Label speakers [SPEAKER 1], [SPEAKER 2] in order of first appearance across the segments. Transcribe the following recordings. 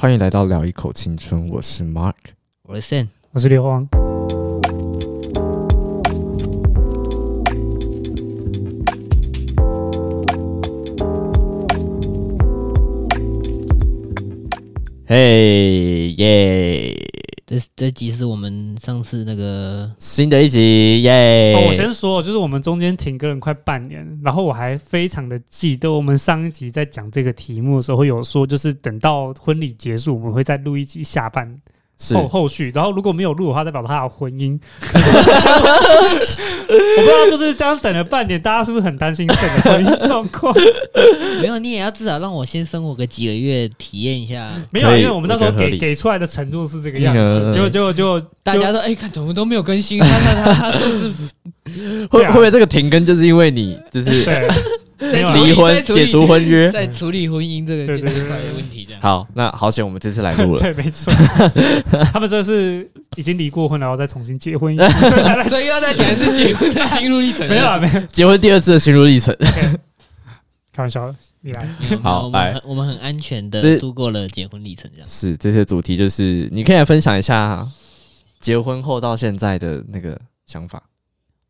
[SPEAKER 1] 欢迎来到聊一口青春，我是 Mark。
[SPEAKER 2] 我的 Sen，
[SPEAKER 3] 我是刘荒。
[SPEAKER 1] 嘿耶！
[SPEAKER 2] 这这集是我们上次那个
[SPEAKER 1] 新的一集耶
[SPEAKER 3] 哦，我先说，就是我们中间停更了快半年，然后我还非常的记得我们上一集在讲这个题目的时候有说，就是等到婚礼结束，我们会再录一集下半
[SPEAKER 1] 是
[SPEAKER 3] 后后续，然后如果没有录的话，代表他的婚姻。 我不知道，就是这样等了半年，大家是不是很担心这个婚姻状 况？
[SPEAKER 2] 没有，你也要至少让我先生活个几个月，体验一下。
[SPEAKER 3] 没有，啊
[SPEAKER 1] 可以
[SPEAKER 3] 因为我们那时候
[SPEAKER 1] 我觉得
[SPEAKER 3] 给
[SPEAKER 1] 合理
[SPEAKER 3] 给出来的承诺是这个样子，
[SPEAKER 1] 嗯嗯嗯
[SPEAKER 3] 结果结果结 果
[SPEAKER 2] 大家都哎、看怎么都没有更新，他他他他 就是
[SPEAKER 1] 会
[SPEAKER 3] 对啊
[SPEAKER 1] 会不会这个停更就是因为你就是
[SPEAKER 3] 对
[SPEAKER 2] 在
[SPEAKER 3] 有啊
[SPEAKER 2] 处理
[SPEAKER 1] 离婚
[SPEAKER 2] 在处理
[SPEAKER 1] 解除婚约？
[SPEAKER 2] 在处理婚姻这个
[SPEAKER 3] 对
[SPEAKER 2] 这
[SPEAKER 3] 对对
[SPEAKER 2] 块的问题这样。
[SPEAKER 1] 好，那好险，我们这次来录 了。
[SPEAKER 3] 对，没错，他们这是已经离过婚，然后再重新结 婚，所以才 来
[SPEAKER 2] 所以又要再讲一次结婚的心路历程。
[SPEAKER 3] 没有啊，没有。
[SPEAKER 1] 结婚第二次的心路历程，
[SPEAKER 3] 开玩笑，你来。
[SPEAKER 2] 没有，没有
[SPEAKER 1] 好
[SPEAKER 2] 嗯我
[SPEAKER 1] 来
[SPEAKER 2] 们很我们很安全
[SPEAKER 1] 这
[SPEAKER 2] 的度过了结婚历程这样。
[SPEAKER 1] 是这些主题就是你可以来分享一下结婚后到现在的那个想法。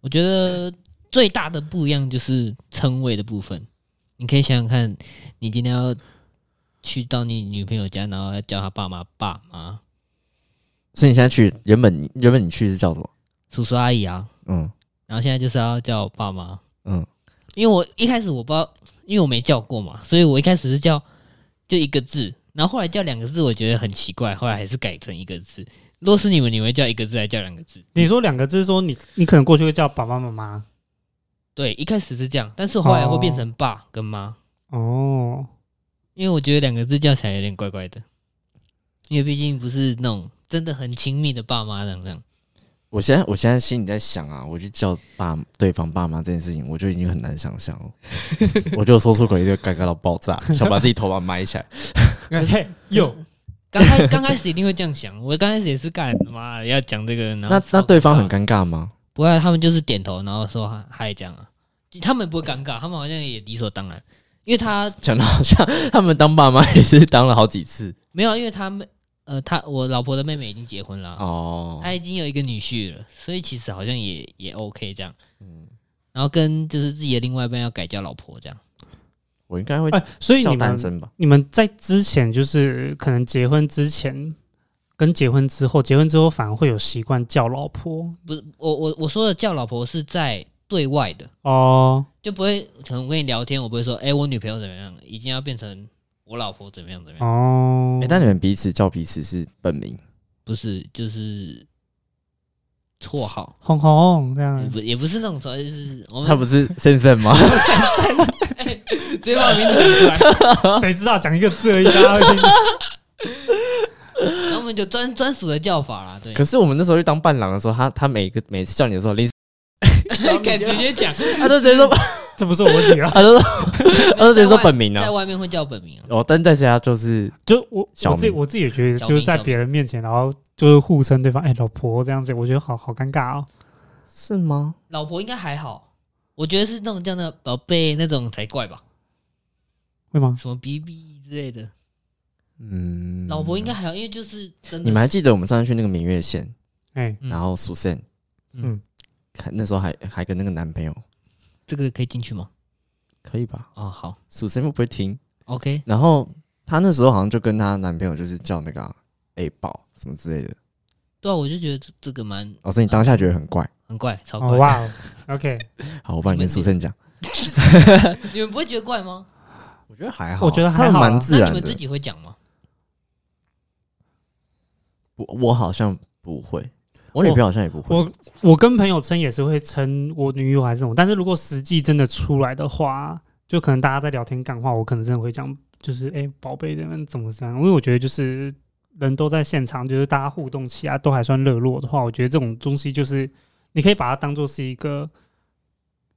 [SPEAKER 2] 我觉得最大的不一样就是称谓的部分。你可以想想看，你今天要去到你女朋友家，然后要叫她爸妈、爸妈、
[SPEAKER 1] 所以你现在去，原本你原本你去是叫什么？
[SPEAKER 2] 叔叔阿姨啊，
[SPEAKER 1] 嗯
[SPEAKER 2] 然后现在就是要叫我爸妈，
[SPEAKER 1] 嗯，
[SPEAKER 2] 因为我一开始我不知道，因为我没叫过嘛，所以我一开始是叫就一个字，然后后来叫两个字，我觉得很奇怪，后来还是改成一个字。如果是你们，你会叫一个字还是叫两个字？
[SPEAKER 3] 你说两个字，说你你可能过去会叫爸爸妈妈
[SPEAKER 2] 对，一开始是这样，但是后来会变成爸跟妈，
[SPEAKER 3] 哦，
[SPEAKER 2] 因为我觉得两个字叫起来有点怪怪的，因为毕竟不是那种真的很亲密的爸妈这样这样。
[SPEAKER 1] 我现在我现在心里在想啊，我就叫爸对方爸妈这件事情，我就已经很难想象了。我就说出口一堆尴尬到爆炸，想把自己头发埋起来。
[SPEAKER 3] 嘿哟，
[SPEAKER 2] 刚 开刚开始一定会这样想，我刚开始也是干妈的要讲这个，然后
[SPEAKER 1] 那
[SPEAKER 2] 超
[SPEAKER 1] 那对方
[SPEAKER 2] 尴尬
[SPEAKER 1] 很尴尬吗？
[SPEAKER 2] 不会啊，他们就是点头，然后说嗨嗨这样啊，他们不会尴尬，他们好像也理所当然，因为他
[SPEAKER 1] 讲的好像他们当爸妈也是当了好几次
[SPEAKER 2] 没有，因为他们呃，他我老婆的妹妹已经结婚了，啊
[SPEAKER 1] 哦。
[SPEAKER 2] 她已经有一个女婿了，所以其实好像也也 OK 这样，
[SPEAKER 1] 嗯，
[SPEAKER 2] 然后跟就是自己的另外一半要改叫老婆这样，
[SPEAKER 1] 我应该 会
[SPEAKER 3] 哎、所以
[SPEAKER 1] 叫
[SPEAKER 3] 你
[SPEAKER 1] 单
[SPEAKER 3] 们
[SPEAKER 1] 身吧？
[SPEAKER 3] 你们在之前就是可能结婚之前跟结婚之后，结婚之后反而会有习惯叫老婆
[SPEAKER 2] 不是我我我说的叫老婆是在对外的，
[SPEAKER 3] 哦，
[SPEAKER 2] 就不会可能我跟你聊天，我不会说哎、我女朋友怎么样，已经要变成我老婆怎么样怎么样，
[SPEAKER 3] 哦
[SPEAKER 1] 哎、，但你们彼此叫彼此是本名，
[SPEAKER 2] 不是就是绰号。
[SPEAKER 3] 红红这 样，
[SPEAKER 2] 不也不是那种说，就是我们
[SPEAKER 1] 嗯他不是先生 吗？
[SPEAKER 2] 直接把我名字讲出来，
[SPEAKER 3] 谁知道讲一个字而已，大家会听。
[SPEAKER 2] 然后我们就专专属的叫法啦，对，
[SPEAKER 1] 可是我们那时候去当伴郎的时候，他他每个每次叫你的时候， 林
[SPEAKER 2] 敢直接讲，
[SPEAKER 1] 他啊都直接说，
[SPEAKER 3] 这不是我问题 啊，
[SPEAKER 1] 他都说他都直接说本名
[SPEAKER 2] 在
[SPEAKER 1] 啊。
[SPEAKER 2] 外面会叫本名啊，
[SPEAKER 1] 哦，但在家就是
[SPEAKER 3] 就我
[SPEAKER 1] 小
[SPEAKER 3] 我自己
[SPEAKER 1] 明
[SPEAKER 3] 我自己也觉得，
[SPEAKER 2] 小
[SPEAKER 3] 就是
[SPEAKER 2] 明
[SPEAKER 3] 在
[SPEAKER 2] 小
[SPEAKER 3] 别人面前，然后就是互称对方，哎、老婆这样子，我觉得好好尴尬哦。
[SPEAKER 1] 是吗？
[SPEAKER 2] 老婆应该还好，我觉得是那种叫那宝贝那种才怪吧，
[SPEAKER 3] 会吗？
[SPEAKER 2] 什么 BB 之类的，
[SPEAKER 1] 嗯，
[SPEAKER 2] 老婆应该还好，因为就是真的，
[SPEAKER 1] 你们还记得我们上次去那个明月线，
[SPEAKER 3] 哎、
[SPEAKER 2] 嗯
[SPEAKER 1] 然后苏珊，嗯
[SPEAKER 3] 嗯，
[SPEAKER 1] 看那时候还还跟那个男朋友，
[SPEAKER 2] 这个可以进去吗？
[SPEAKER 1] 可以吧？
[SPEAKER 2] 哦，好
[SPEAKER 1] 苏珊会不会听？
[SPEAKER 2] ，OK，
[SPEAKER 1] 然后她那时候好像就跟她男朋友就是叫那个啊 A 宝什么之类的，
[SPEAKER 2] 对啊，我就觉得这这个蛮
[SPEAKER 1] 哦，所以你当下觉得很怪。
[SPEAKER 2] 很怪，超
[SPEAKER 3] 哦
[SPEAKER 2] 怪，
[SPEAKER 3] 哇哦，OK，
[SPEAKER 1] 好，我帮你跟苏珊讲，
[SPEAKER 2] 你们不会觉得怪吗？
[SPEAKER 1] 我觉得还
[SPEAKER 3] 我觉得还好
[SPEAKER 1] 他
[SPEAKER 3] 啊
[SPEAKER 1] 们蛮自
[SPEAKER 2] 那你
[SPEAKER 1] 然
[SPEAKER 2] 们自
[SPEAKER 1] 的。
[SPEAKER 2] 己会讲吗？
[SPEAKER 1] 我我好像不会，我女朋友好像也不会。
[SPEAKER 3] 我我跟朋友称也是会称我女友还是什么，但是如果实际真的出来的话，就可能大家在聊天干话，我可能真的会讲，就是哎，宝、贝的们怎么这样？因为我觉得就是人都在现场，就是大家互动起来都还算热络的话，我觉得这种东西就是你可以把它当做是一个，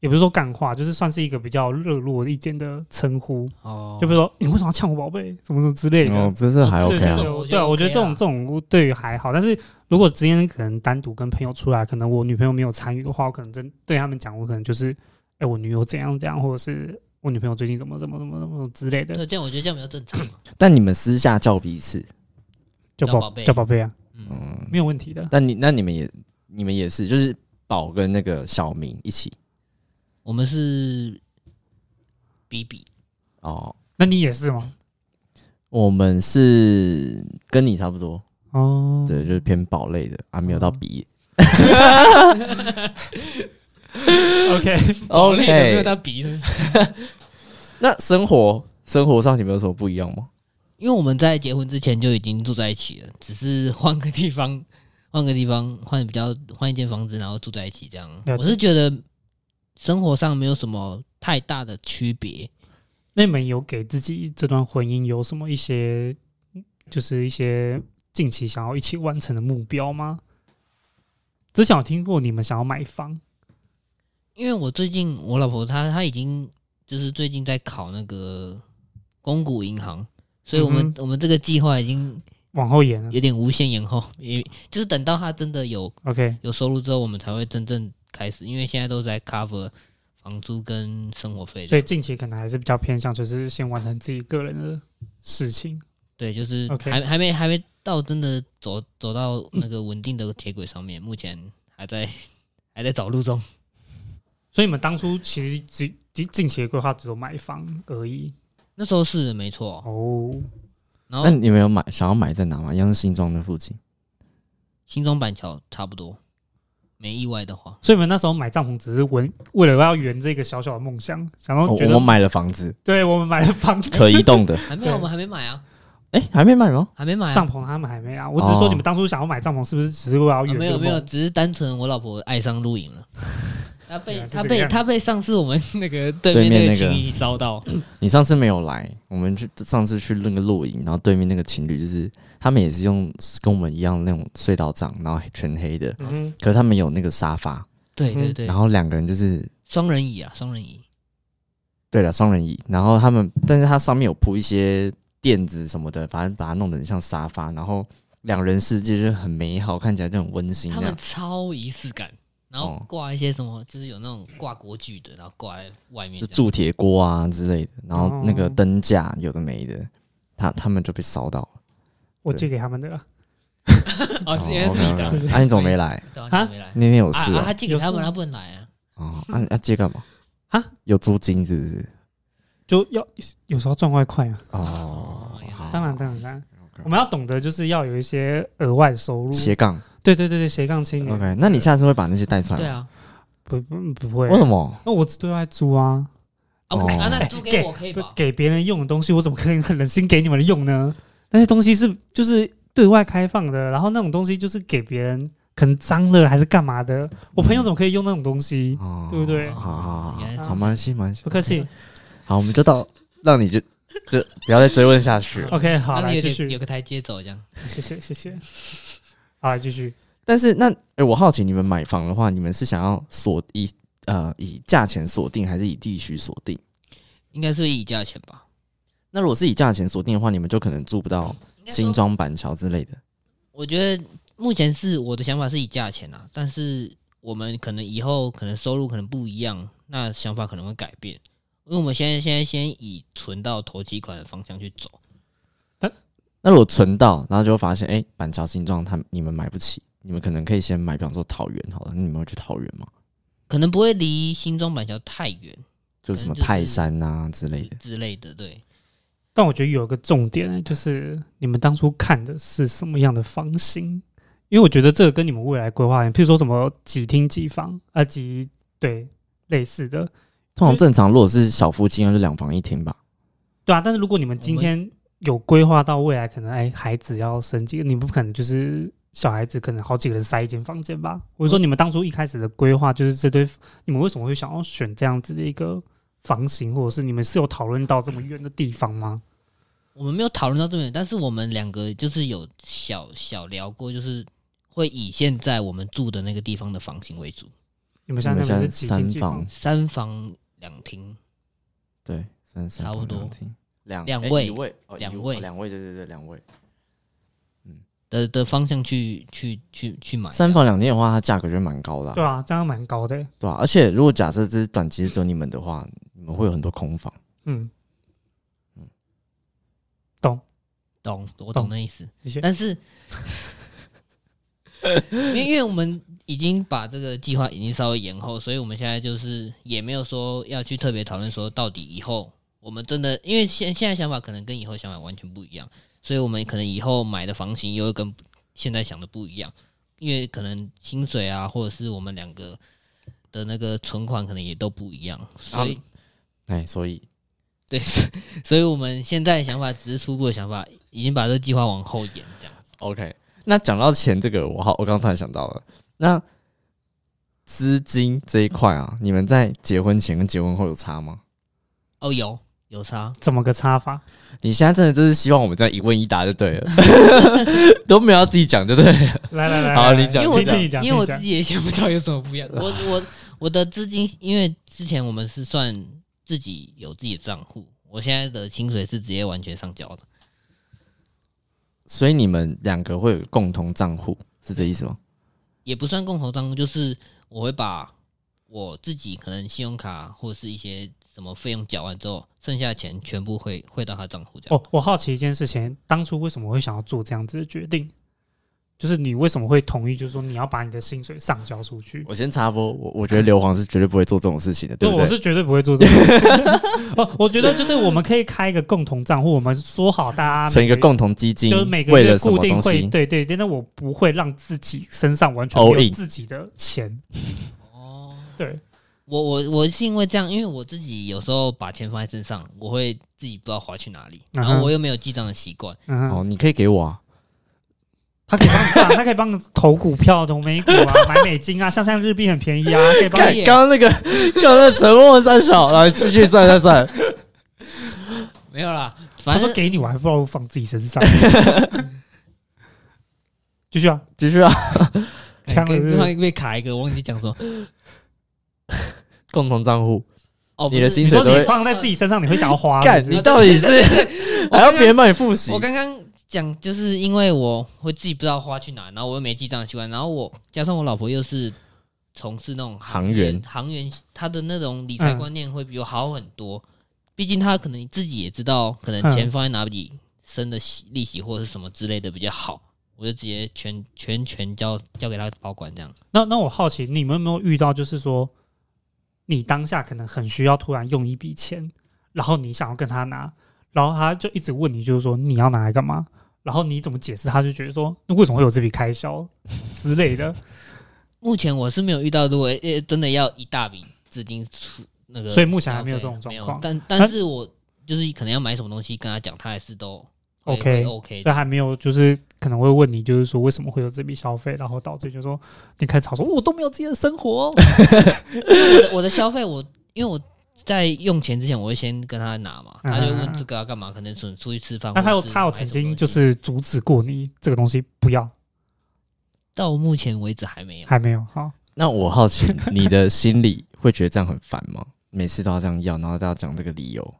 [SPEAKER 3] 也不是说干话，就是算是一个比较热络一点的称呼，
[SPEAKER 2] 哦
[SPEAKER 3] 就比如说你为什么要呛我宝贝，什么什么之类的。
[SPEAKER 1] 哦，真是还
[SPEAKER 2] 哦
[SPEAKER 1] OK
[SPEAKER 2] 对
[SPEAKER 1] 啊
[SPEAKER 2] 这
[SPEAKER 3] 对，
[SPEAKER 2] 种。
[SPEAKER 3] 我
[SPEAKER 2] 我觉
[SPEAKER 3] 对啊，
[SPEAKER 2] 得
[SPEAKER 3] 我觉得
[SPEAKER 2] OK
[SPEAKER 3] 这种
[SPEAKER 2] 啦
[SPEAKER 3] 这种对于还好，但是如果之前可能单独跟朋友出来，可能我女朋友没有参与的话，我可能真对他们讲，我可能就是，哎、我女友怎样怎样，或者是我女朋友最近怎么怎么怎么怎么之类的。
[SPEAKER 2] 对，这样我觉得这样比较正常嘛。
[SPEAKER 1] 但你们私下叫彼此，
[SPEAKER 3] 叫
[SPEAKER 2] 叫
[SPEAKER 3] 宝
[SPEAKER 2] 宝贝
[SPEAKER 3] 叫宝贝啊，
[SPEAKER 2] 嗯，
[SPEAKER 1] 嗯，
[SPEAKER 3] 没有问题的。
[SPEAKER 1] 那你那你们也你们也是，就是宝跟那个小明一起
[SPEAKER 2] 我们是比比，
[SPEAKER 1] 哦。
[SPEAKER 3] 那你也是吗？
[SPEAKER 1] 我们是跟你差不多，
[SPEAKER 3] 哦，
[SPEAKER 1] 对，就是偏宝类的啊，没有到比。
[SPEAKER 3] ，OK，
[SPEAKER 1] 哦
[SPEAKER 2] 宝类哦的没有到比，真是
[SPEAKER 1] 那生活生活上你们有什么不一样吗？
[SPEAKER 2] 因为我们在结婚之前就已经住在一起了，只是换个地方，换个地方，换比较换一间房子，然后住在一起这样。
[SPEAKER 3] 了解
[SPEAKER 2] 我是觉得生活上没有什么太大的区别，
[SPEAKER 3] 那你们有给自己这段婚姻有什么一些，就是一些近期想要一起完成的目标吗？之前有听过你们想要买房，
[SPEAKER 2] 因为我最近我老婆她她已经就是最近在考那个公股银行，所以我们、
[SPEAKER 3] 嗯
[SPEAKER 2] 我们这个计划已经
[SPEAKER 3] 往后延了。
[SPEAKER 2] 有点无限延后，也就是等到她真的有
[SPEAKER 3] OK，
[SPEAKER 2] 有收入之后，我们才会真正开始，因为现在都在 cover 房租跟生活费
[SPEAKER 3] 所
[SPEAKER 2] 的。
[SPEAKER 3] 以近期可能还是比较偏向就是先完成自己个人的事情。
[SPEAKER 2] 对，就是还
[SPEAKER 3] OK
[SPEAKER 2] 还没还没到真的走走到那个稳定的铁轨上面，目前还在还在找路中。
[SPEAKER 3] 所以你们当初其实只近近期的规划只有买房而已。
[SPEAKER 2] 那时候是没错，
[SPEAKER 3] 哦，
[SPEAKER 2] 然后
[SPEAKER 1] 那你们有买想要买在哪吗？一样是新庄的附近。
[SPEAKER 2] 新庄板桥差不多，没意外的话。
[SPEAKER 3] 所以你们那时候买帐篷只是为为了要圆这个小小的梦想，想
[SPEAKER 1] 哦
[SPEAKER 3] 要
[SPEAKER 1] 我
[SPEAKER 3] 觉得、
[SPEAKER 1] 们买了房 子，
[SPEAKER 3] 对我们买了房
[SPEAKER 1] 可移动的。
[SPEAKER 2] 还没有，
[SPEAKER 3] 对
[SPEAKER 2] 我们还没买啊，
[SPEAKER 1] 哎、还没买吗？
[SPEAKER 2] 还没买啊、
[SPEAKER 3] 帐篷他们还没啊，我只是说
[SPEAKER 1] 哦
[SPEAKER 3] 你们当初想要买帐篷，是不是只是为了要
[SPEAKER 2] 啊
[SPEAKER 3] 圆、
[SPEAKER 2] 没有没有，，只是单纯我老婆爱上露营了。她
[SPEAKER 3] 原
[SPEAKER 2] 被
[SPEAKER 3] 来是
[SPEAKER 2] 她
[SPEAKER 3] 这个
[SPEAKER 2] 被
[SPEAKER 3] 样子
[SPEAKER 2] 她被上次我们那个对
[SPEAKER 1] 对面
[SPEAKER 2] 面那个
[SPEAKER 1] 那
[SPEAKER 2] 情
[SPEAKER 1] 个
[SPEAKER 2] 谊烧到，
[SPEAKER 1] 你上次没有来，我们去上次去那个露营，然后对面那个情侣就是他们也是用跟我们一样那种隧道帐，然后全黑的，
[SPEAKER 3] 嗯哼，
[SPEAKER 1] 可是他们有那个沙发，
[SPEAKER 2] 对对
[SPEAKER 3] 嗯
[SPEAKER 2] 对
[SPEAKER 1] 然，后两个人就是
[SPEAKER 2] 双人椅啊，双人椅，
[SPEAKER 1] 对了双人椅，然后他们但是它上面有铺一些垫子什么的，反正把它弄得很像沙发，然后两人世界就是很美好，看起来就很温馨
[SPEAKER 2] 他
[SPEAKER 1] 那
[SPEAKER 2] 们
[SPEAKER 1] 样。
[SPEAKER 2] 超仪式感，然后
[SPEAKER 1] 哦
[SPEAKER 2] 挂一些什么，就是有那种挂国剧的，然后挂在外面
[SPEAKER 1] 就
[SPEAKER 2] 这样。
[SPEAKER 1] 铸铁锅啊之类的，然后那个
[SPEAKER 3] 哦
[SPEAKER 1] 灯架有的没的，他他们就被烧到了。
[SPEAKER 3] 我借给他们的啦。
[SPEAKER 2] 哦，是原来是你的
[SPEAKER 1] 哦，，OK，OK 啊，你怎么没来？
[SPEAKER 2] 对啊，
[SPEAKER 3] 啊
[SPEAKER 2] 你没来。
[SPEAKER 1] 那天有
[SPEAKER 2] 啊
[SPEAKER 1] 事
[SPEAKER 2] 啊，
[SPEAKER 1] 哦
[SPEAKER 2] 他寄给他
[SPEAKER 3] 有
[SPEAKER 2] 们，
[SPEAKER 3] 事
[SPEAKER 2] 他不能来啊。
[SPEAKER 1] 哦，啊啊，借干嘛？
[SPEAKER 3] 啊，
[SPEAKER 1] 有租金是不是？
[SPEAKER 3] 就要有时候赚外快啊，
[SPEAKER 1] 哦
[SPEAKER 2] 原来，
[SPEAKER 1] 好
[SPEAKER 3] 当然当然当然，
[SPEAKER 2] 哦
[SPEAKER 3] 我们要懂得就是要有一些额外收入。
[SPEAKER 1] 斜杠。
[SPEAKER 3] 对对对对，斜杠青年
[SPEAKER 1] OK，那你下次会把那些带出来？
[SPEAKER 2] 对，啊，
[SPEAKER 3] 不不不会
[SPEAKER 1] 为，什么？
[SPEAKER 3] 那我只对外租啊，
[SPEAKER 2] 啊，我
[SPEAKER 1] 哦
[SPEAKER 2] 啊，那租给我可以
[SPEAKER 3] 不
[SPEAKER 2] 吧？
[SPEAKER 3] 给别人用的东西，我怎么可能忍心给你们用呢？那些东西是就是对外开放的，然后那种东西就是给别人可能脏了还是干嘛的，我朋友怎么可以用那种东西？
[SPEAKER 1] 哦，
[SPEAKER 3] 对不对
[SPEAKER 1] 好好好
[SPEAKER 2] 原来是这
[SPEAKER 1] 好，
[SPEAKER 2] 样
[SPEAKER 1] 好，蛮系蛮系
[SPEAKER 3] 不。客
[SPEAKER 2] 嗯
[SPEAKER 3] 气。
[SPEAKER 1] 好，我们就到，让你就就不要再追问下去了。
[SPEAKER 3] OK，好，
[SPEAKER 2] 那你
[SPEAKER 3] 来
[SPEAKER 2] 有
[SPEAKER 3] 继
[SPEAKER 2] 点
[SPEAKER 3] 续
[SPEAKER 2] 有，个台阶走这样。
[SPEAKER 3] 谢谢谢谢。好，来继续。
[SPEAKER 1] 但是那，哎，我好奇你们买房的话，你们是想要锁以呃以价钱锁定，还是以地区锁定？
[SPEAKER 2] 应该是以价钱吧。
[SPEAKER 1] 那如果是以价钱锁定的话，你们就可能住不到新庄、板桥之类的。
[SPEAKER 2] 我觉得目前是我的想法是以价钱啊，但是我们可能以后可能收入可能不一样，那想法可能会改变。因为我们现在现在先以存到投机款的方向去走，
[SPEAKER 1] 那如果存到，然后就会发现，哎、板桥新庄他们你们买不起，你们可能可以先买，比方说桃园好了，那你们会去桃园吗？
[SPEAKER 2] 可能不会离新庄板桥太远
[SPEAKER 1] 就什么泰山啊之类的。
[SPEAKER 2] 之类的。对，
[SPEAKER 3] 但我觉得有一个重点，就是你们当初看的是什么样的房型，因为我觉得这个跟你们未来规划，譬如说什么几厅几房啊几对类似的，
[SPEAKER 1] 通常正常，如果是小夫妻，那就两房一厅吧。
[SPEAKER 3] 对啊。但是如果你们今天有规划到未来，可能哎孩子要生几个，你不可能就是小孩子可能好几个人塞一间房间吧？我是说你们当初一开始的规划，就是这对你们为什么会想要选这样子的一个房型，或者是你们是有讨论到这么远的地方吗？
[SPEAKER 2] 我们没有讨论到这边，但是我们两个就是有小小聊过，就是会以现在我们住的那个地方的房型为主，
[SPEAKER 3] 你们现在
[SPEAKER 1] 你
[SPEAKER 3] 那边
[SPEAKER 1] 们现
[SPEAKER 3] 是
[SPEAKER 1] 在
[SPEAKER 3] 几厅几
[SPEAKER 1] 三房
[SPEAKER 3] 房？
[SPEAKER 2] 三房两厅。
[SPEAKER 1] 对，算是
[SPEAKER 2] 差不多
[SPEAKER 1] 两
[SPEAKER 2] 两
[SPEAKER 1] 哎
[SPEAKER 2] 位
[SPEAKER 1] 一位，哦
[SPEAKER 2] 两
[SPEAKER 1] 一
[SPEAKER 2] 位
[SPEAKER 1] 哦两位，对对对，两位。
[SPEAKER 2] 的的方向去去去去买
[SPEAKER 1] 三房两厅的话，它价格就蛮高的啊、
[SPEAKER 3] 对啊，这样蛮高的欸、
[SPEAKER 1] 对啊。而且如果假设这是短期只有你们的话，你们会有很多空房。
[SPEAKER 3] 嗯，
[SPEAKER 2] 懂，我
[SPEAKER 3] 懂
[SPEAKER 2] 懂那意思。
[SPEAKER 3] 谢
[SPEAKER 1] 哎
[SPEAKER 3] 谢
[SPEAKER 2] 但是，因为因为我们已经把这个计划已经稍微延后，所以我们现在就是也没有说要去特别讨论说到底以后我们真的，因为现现在想法可能跟以后想法完全不一样，所以我们可能以后买的房型又会跟现在想的不一样，因为可能薪水啊，或者是我们两个的那个存款可能也都不一样，所以。
[SPEAKER 1] 哎，所以
[SPEAKER 2] 对，所以所以我们现在的想法只是初步的想法，已经把这个计划往后延，这样
[SPEAKER 1] OK，那讲到钱这个，我好，我刚突然想到了，那资金这一块啊，你们在结婚前跟结婚后有差吗？
[SPEAKER 2] 哦，有有差，
[SPEAKER 3] 怎么个差法？
[SPEAKER 1] 你现在真的就是希望我们这样一问一答就对 了，都没有要自己讲就对了。
[SPEAKER 3] 来来来，
[SPEAKER 1] 好
[SPEAKER 3] 来
[SPEAKER 1] 你讲
[SPEAKER 2] 因为我
[SPEAKER 3] 听听
[SPEAKER 1] 讲
[SPEAKER 3] 你讲，
[SPEAKER 2] 因为我
[SPEAKER 3] 听
[SPEAKER 2] 自
[SPEAKER 3] 你讲
[SPEAKER 2] 己也想不到有什么不一样。我我我的资金，因为之前我们是算自己有自己的账户，我现在的薪水是直接完全上交的。
[SPEAKER 1] 所以你们两个会有共同账户，是这意思吗？
[SPEAKER 2] 也不算共同账户，就是我会把我自己可能信用卡或是一些什么费用缴完之后，剩下的钱全部汇汇到他账户这样。
[SPEAKER 3] 哦，我好奇一件事情，当初为什么会想要做这样子的决定？就是你为什么会同意？就是说你要把你的薪水上交出去？
[SPEAKER 1] 我先插播，我我觉得硫磺是绝对不会做这种事情的，对
[SPEAKER 3] 对，
[SPEAKER 1] 不
[SPEAKER 3] 我
[SPEAKER 1] 对？
[SPEAKER 3] 是绝对不会做这种事情。 哦，我觉得就是我们可以开一个共同账户，我们说好大家
[SPEAKER 1] 存一个
[SPEAKER 3] 每
[SPEAKER 1] 共同基金
[SPEAKER 3] 就是每，个
[SPEAKER 1] 为了
[SPEAKER 3] 月
[SPEAKER 1] 什
[SPEAKER 3] 固
[SPEAKER 1] 么
[SPEAKER 3] 定
[SPEAKER 1] 东
[SPEAKER 3] 会
[SPEAKER 1] 西？
[SPEAKER 3] 对对对，但我不会让自己身上完全没
[SPEAKER 1] All
[SPEAKER 3] 有
[SPEAKER 1] in
[SPEAKER 3] 自己的钱。
[SPEAKER 2] 哦，
[SPEAKER 3] 对，
[SPEAKER 2] 我我我是因为这样，因为我自己有时候把钱放在身上，我会自己不知道滑去哪里，
[SPEAKER 3] 嗯
[SPEAKER 2] 然
[SPEAKER 3] 哼
[SPEAKER 2] 后我又没有记账的习惯，
[SPEAKER 3] 嗯哼，
[SPEAKER 1] 哦，你可以给我啊，
[SPEAKER 3] 他可以帮，他可以帮投股票、投美股 啊，买美金啊，像像日币很便宜啊，可以帮
[SPEAKER 2] 可
[SPEAKER 1] 看
[SPEAKER 2] 以耶
[SPEAKER 1] 刚刚那个，刚刚那个沉默三小，来继续算算算。
[SPEAKER 2] 没有啦，
[SPEAKER 3] 他
[SPEAKER 2] 反
[SPEAKER 3] 说
[SPEAKER 2] 正
[SPEAKER 3] 给你，我还不知道放自己身上。继续啊，
[SPEAKER 1] 继续啊，
[SPEAKER 2] 哎
[SPEAKER 3] 呛了是不
[SPEAKER 2] 跟对
[SPEAKER 3] 是
[SPEAKER 2] 方被卡一个，我忘记讲说
[SPEAKER 1] 共同账户，
[SPEAKER 2] 哦，
[SPEAKER 1] 你的
[SPEAKER 2] 不是
[SPEAKER 1] 薪
[SPEAKER 3] 你
[SPEAKER 1] 水
[SPEAKER 3] 说
[SPEAKER 1] 都会
[SPEAKER 3] 你放在自己身上，你会想要
[SPEAKER 2] 啊
[SPEAKER 3] 花？
[SPEAKER 1] 干
[SPEAKER 3] 是不
[SPEAKER 1] 你
[SPEAKER 3] 是
[SPEAKER 1] 到底是 还要别人帮你复习
[SPEAKER 2] 我？刚刚讲就是因为我会自己不知道花去哪，然后我又没记账习惯，然后我加上我老婆又是从事那种
[SPEAKER 1] 行员
[SPEAKER 2] 行员她的那种理财
[SPEAKER 3] 嗯
[SPEAKER 2] 观念会比我好很多。毕竟她可能自己也知道，可能
[SPEAKER 3] 嗯
[SPEAKER 2] 钱放在哪里生的息利息或者是什么之类的比较好，我就直接全全权交交给她保管这样。
[SPEAKER 3] 那那我好奇，你们有没有遇到，就是说，你当下可能很需要突然用一笔钱，然后你想要跟他拿，然后他就一直问你，就是说你要拿来干嘛？然后你怎么解释？他就觉得说，那为什么会有这笔开销之类的？
[SPEAKER 2] 目前我是没有遇到，如果呃真的要一大笔资金出那个消费，
[SPEAKER 3] 所以目前还没有这种状
[SPEAKER 2] 没有
[SPEAKER 3] 况啊
[SPEAKER 2] 但但是我就是可能要买什么东西，跟他讲，他还是都会
[SPEAKER 3] OK
[SPEAKER 2] 会 OK
[SPEAKER 3] 所以还没有，就是可能会问你，就是说为什么会有这笔消费，然后导致就说你开始吵说，哦我都没有自己的生活哦，
[SPEAKER 2] 我的我的消费我，因为我在用钱之前，我会先跟他拿嘛，
[SPEAKER 3] 嗯
[SPEAKER 2] 他就问这个要干嘛，可能出出去吃饭。
[SPEAKER 3] 那他有
[SPEAKER 2] 或者是
[SPEAKER 3] 他有
[SPEAKER 2] 买什
[SPEAKER 3] 曾
[SPEAKER 2] 么
[SPEAKER 3] 经
[SPEAKER 2] 东西
[SPEAKER 3] 就是阻止过你这个东西不要，
[SPEAKER 2] 到目前为止还没有，
[SPEAKER 3] 还没有好，
[SPEAKER 1] 那我好奇，你的心里会觉得这样很烦吗？每次都要这样要，然后都要讲这个理由，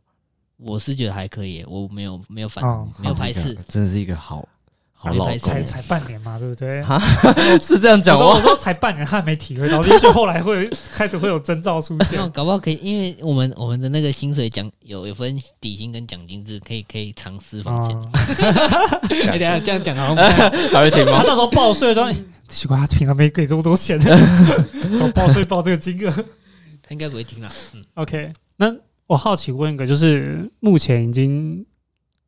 [SPEAKER 2] 我是觉得还可以，我没有没有反、
[SPEAKER 3] 哦
[SPEAKER 2] 没有排
[SPEAKER 1] 真是一
[SPEAKER 2] 斥
[SPEAKER 1] 个，真的是一个好好老
[SPEAKER 2] 没排斥
[SPEAKER 1] 公
[SPEAKER 3] 才才
[SPEAKER 1] 哦，
[SPEAKER 3] 半年嘛，对不对？
[SPEAKER 1] 是这样讲
[SPEAKER 3] 我说
[SPEAKER 1] 吗
[SPEAKER 3] 我？说才半年，他还没体会到，也许后来会开始会有征兆出
[SPEAKER 2] 那
[SPEAKER 3] 现。
[SPEAKER 2] 搞不好可以，因为我们我们的那个薪水奖有有分底薪跟奖金制，可以可以藏私房 钱。
[SPEAKER 3] 哦
[SPEAKER 2] 哎、等一下这样讲好像不太好
[SPEAKER 1] 还会听
[SPEAKER 3] 他
[SPEAKER 1] 吗？
[SPEAKER 3] 到时候报税说哎奇怪，他平常没给这么 多钱，怎么报税报这个金额
[SPEAKER 2] 他应该不会听啦。嗯，
[SPEAKER 3] ？OK，那我好奇问一个，就是目前已经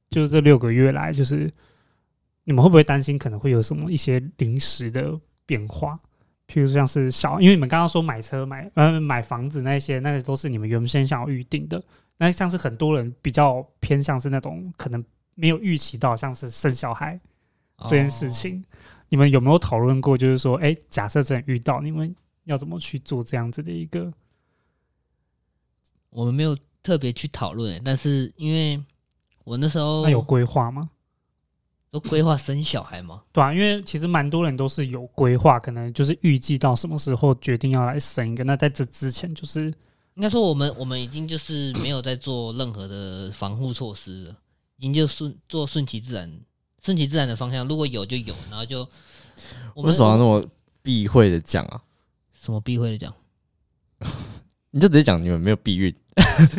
[SPEAKER 3] 就这六个月来，就是你们会不会担心可能会有什么一些临时的变化？譬如像是小，因为你们刚刚说买车、买呃买房子那些，那些都是你们原先想要预定的。那像是很多人比较偏向是那种可能没有预期到，像是生小孩 这件事
[SPEAKER 2] 哦
[SPEAKER 3] 情，你们有没有讨论过？就是说，哎、假设真的遇到，你们要怎么去做这样子的一个？
[SPEAKER 2] 哦我们没有特别去讨论，但是因为我那时候
[SPEAKER 3] 那有规划吗？
[SPEAKER 2] 都规划生小孩嘛，
[SPEAKER 3] 对啊，因为其实蛮多人都是有规划，可能就是预计到什么时候决定要来生一个。那在这之前，就是
[SPEAKER 2] 应该说，我们我们已经就是没有在做任何的防护措施了，已经就顺做顺其自然、顺其自然的方向。如果有就有，然后就我
[SPEAKER 1] 为
[SPEAKER 2] 们
[SPEAKER 1] 什么要那么避讳的讲啊？
[SPEAKER 2] 什么避讳的讲？
[SPEAKER 1] 你就直接讲你们没有避孕，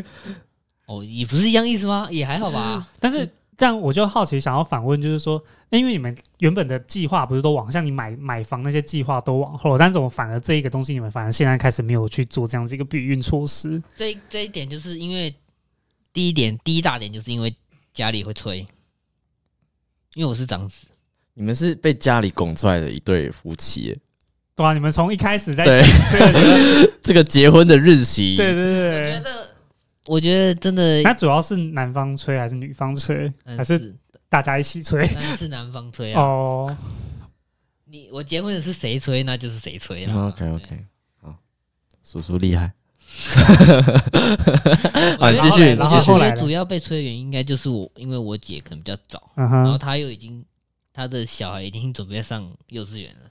[SPEAKER 2] 哦，也不是一样意思吗？也还好吧。
[SPEAKER 3] 但是这样我就好奇想要反问，就是说，那因为你们原本的计划不是都往像你买买房那些计划都往后了，但是我反而这一个东西，你们反而现在开始没有去做这样子一个避孕措施。
[SPEAKER 2] 这这一点就是因为第一点，第一大点就是因为家里会催，因为我是长子，
[SPEAKER 1] 你们是被家里拱出来的一对夫妻耶，
[SPEAKER 3] 对啊，你们从一开始在
[SPEAKER 1] 对
[SPEAKER 3] 这个，
[SPEAKER 1] 这个结婚的日期，
[SPEAKER 3] 对对对
[SPEAKER 2] 我觉
[SPEAKER 3] 对。
[SPEAKER 2] 得，我觉得真的
[SPEAKER 3] 那主要是男方吹还是女方吹，
[SPEAKER 2] 嗯
[SPEAKER 3] 还是大家一起吹？
[SPEAKER 2] 但是南方吹啊，
[SPEAKER 3] 哦，
[SPEAKER 2] 你我结婚的是谁吹，那就是谁吹了。
[SPEAKER 1] OK OK，好，叔叔厉害。
[SPEAKER 2] 对
[SPEAKER 1] 好你
[SPEAKER 3] 啊
[SPEAKER 1] 继
[SPEAKER 3] 续
[SPEAKER 2] 我
[SPEAKER 3] 然
[SPEAKER 2] 觉
[SPEAKER 3] 后
[SPEAKER 2] 得
[SPEAKER 3] 后
[SPEAKER 2] 我觉
[SPEAKER 3] 来呢
[SPEAKER 2] 得主要被吹的原因应该就是我，因为我姐可能比较早，
[SPEAKER 3] 嗯
[SPEAKER 2] 然后
[SPEAKER 3] 哼，
[SPEAKER 2] 她又已经她的小孩已经准备上幼稚园了，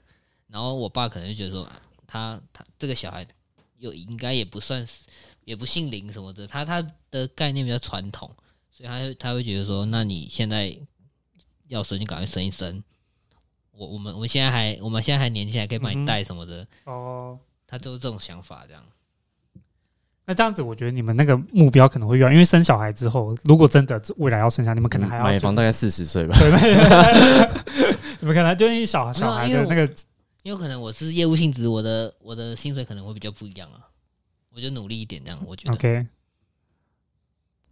[SPEAKER 2] 然后我爸可能就觉得说，啊他他这个小孩又应该也不算是也不姓林什么的，他他的概念比较传统，所以他会他会觉得说，那你现在要生就赶快生一生。我我们我们现在还我们现在还年轻，还可以帮
[SPEAKER 3] 嗯哼
[SPEAKER 2] 你带什么的，
[SPEAKER 3] 哦，
[SPEAKER 2] 他都是这种想法这样。
[SPEAKER 3] 那这样子，我觉得你们那个目标可能会越来，因为生小孩之后，如果真的未来要生下，你们可能还要
[SPEAKER 1] 买
[SPEAKER 3] 就是
[SPEAKER 1] 房大概四十岁吧。
[SPEAKER 3] 对对， 你们可能就是小小孩的那
[SPEAKER 2] 没有因
[SPEAKER 3] 个
[SPEAKER 2] 因为可能我是业务性质，我的我的薪水可能会比较不一样啊，我就努力一点这样，我觉得。
[SPEAKER 3] OK，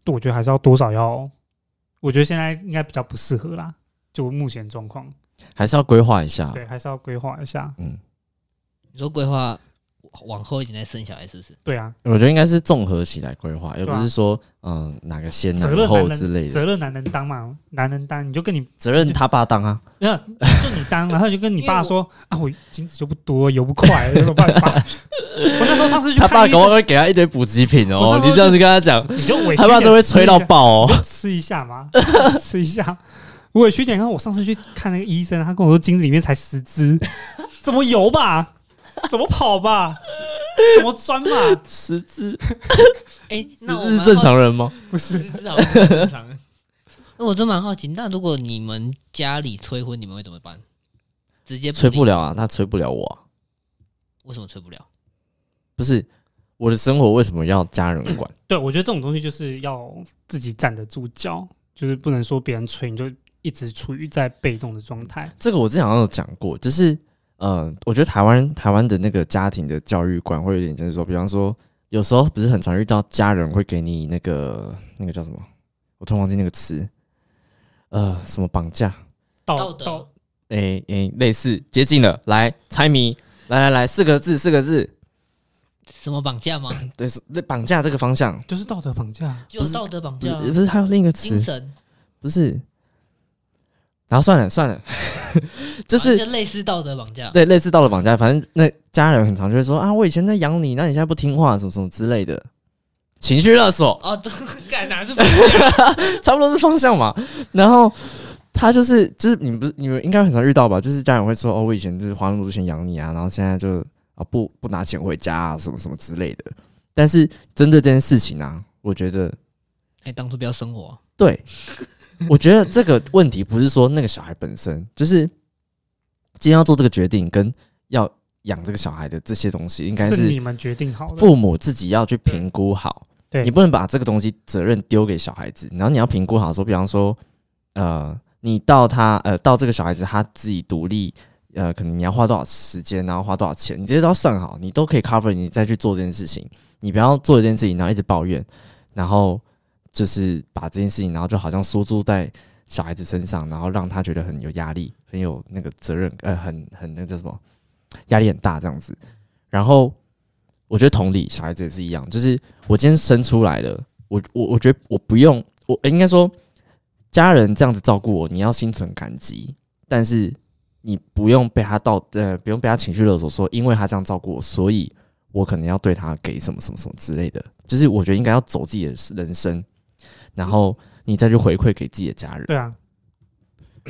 [SPEAKER 3] 我觉得还是要多少要，我觉得现在应该比较不适合啦，就目前状况，
[SPEAKER 1] 还是要规划一下。啊
[SPEAKER 3] 对，还是要规划一下。
[SPEAKER 1] 嗯，
[SPEAKER 2] 你说规划往后一点再生小孩是不是？
[SPEAKER 3] 对啊，
[SPEAKER 1] 我觉得应该是综合起来规划，而
[SPEAKER 3] 对啊
[SPEAKER 1] 不是说嗯哪个先哪
[SPEAKER 3] 啊责
[SPEAKER 1] 个
[SPEAKER 3] 任
[SPEAKER 1] 后
[SPEAKER 3] 男
[SPEAKER 1] 之
[SPEAKER 3] 人
[SPEAKER 1] 类的。
[SPEAKER 3] 责任男人当嘛，男人当你就跟你
[SPEAKER 1] 责任他爸当啊，
[SPEAKER 3] 没有就你当，然后你就跟你
[SPEAKER 2] 因为
[SPEAKER 3] 爸
[SPEAKER 2] 我
[SPEAKER 3] 说啊，我精子就不多，游不快，有什么办法？ 我那时候上次去
[SPEAKER 1] 他爸
[SPEAKER 3] 看医
[SPEAKER 1] 搞不好
[SPEAKER 3] 生，
[SPEAKER 1] 会给他一堆补给品
[SPEAKER 3] 我
[SPEAKER 1] 哦
[SPEAKER 3] 上。次
[SPEAKER 1] 你这样子跟他讲，
[SPEAKER 3] 你就委屈
[SPEAKER 1] 他爸
[SPEAKER 3] 点
[SPEAKER 1] 都会
[SPEAKER 3] 吃
[SPEAKER 1] 吹
[SPEAKER 3] 一
[SPEAKER 1] 到
[SPEAKER 3] 下
[SPEAKER 1] 爆哦。
[SPEAKER 3] 就吃一下嘛，吃一下。我委屈一点，看我上次去看那个医生，他跟我说精子里面才十只， 怎么游吧？怎么跑吧？怎么钻吧？
[SPEAKER 1] 十字，
[SPEAKER 2] 哎、
[SPEAKER 1] 十
[SPEAKER 2] 那我
[SPEAKER 1] 字是正常人吗？
[SPEAKER 3] 不
[SPEAKER 2] 是
[SPEAKER 3] 是，
[SPEAKER 2] 正常，是正常。 那我真蛮好奇，那如果你们家里催婚，你们会怎么办？直接
[SPEAKER 1] 吹不
[SPEAKER 2] 了？
[SPEAKER 1] 了啊，他吹不了我啊、
[SPEAKER 2] 为什么催不了？
[SPEAKER 1] 不是我的生活为什么要家人管？
[SPEAKER 3] 对我觉得这种东西就是要自己站得住脚，就是不能说别人催你就一直处于在被动的状态。
[SPEAKER 1] 这个我之前好像有讲过，就是呃，我觉得台湾台湾的那个家庭的教育观会有点就是说，比方说有时候不是很常遇到家人会给你那个那个叫什么，我突然忘记那个词，呃，什么绑架，
[SPEAKER 2] 道
[SPEAKER 3] 道
[SPEAKER 2] 德
[SPEAKER 3] 道
[SPEAKER 1] 诶、诶、哎类似接近了，来猜谜，来来来，四个字四个字，
[SPEAKER 2] 什么绑架吗？
[SPEAKER 1] 对，是绑架这个方向，
[SPEAKER 3] 就是道德绑架，
[SPEAKER 2] 就道德绑
[SPEAKER 1] 不
[SPEAKER 2] 架啊
[SPEAKER 1] 是、不是还有另一个词
[SPEAKER 2] 精，神，
[SPEAKER 1] 不是，然后算了算了， 就
[SPEAKER 2] 反
[SPEAKER 1] 是
[SPEAKER 2] 正类似道德绑架。
[SPEAKER 1] 对，类似到了绑架，反正那家人很常就会说啊，我以前在养你，那你现在不听话，什么什么之类的，情绪勒索，
[SPEAKER 2] 哦， 这干哪 是绑架？
[SPEAKER 1] 差不多是方向嘛。然后他就是就是你们不是你们应该很常遇到吧？就是家人会说哦，我以前就是花那么多钱养你啊，然后现在就啊不不拿钱回家啊，什么什么之类的。但是针对这件事情啊，我觉得
[SPEAKER 2] 哎、当初不要生我啊、
[SPEAKER 1] 对，我觉得这个问题不是说那个小孩本身，就是今天要做这个决定跟要养这个小孩的这些东西，应该
[SPEAKER 3] 是
[SPEAKER 1] 是
[SPEAKER 3] 你们决定好的。
[SPEAKER 1] 父母自己要去评估好，
[SPEAKER 3] 对
[SPEAKER 1] 你不能把这个东西责任丢给小孩子，然后你要评估好说，比方说，呃，你到他呃到这个小孩子他自己独立，呃，可能你要花多少时间，然后花多少钱，你这些都要算好，你都可以 cover，你再去做这件事情，你不要做一件事情，然后一直抱怨，然后就是把这件事情，然后就好像输注在小孩子身上，然后让他觉得很有压力，很有那个责任，呃，很很那个叫什么，压力很大这样子，然后。我觉得同理，小孩子也是一样，就是我今天生出来了，我我我觉得我不用，我呃应该说家人这样子照顾我，你要心存感激，但是你不用被他到呃不用被他情绪勒索说，因为他这样照顾我，所以我可能要对他给什么什么什么之类的，就是我觉得应该要走自己的人生，然后你再去回馈给自己的家人。
[SPEAKER 3] 对啊，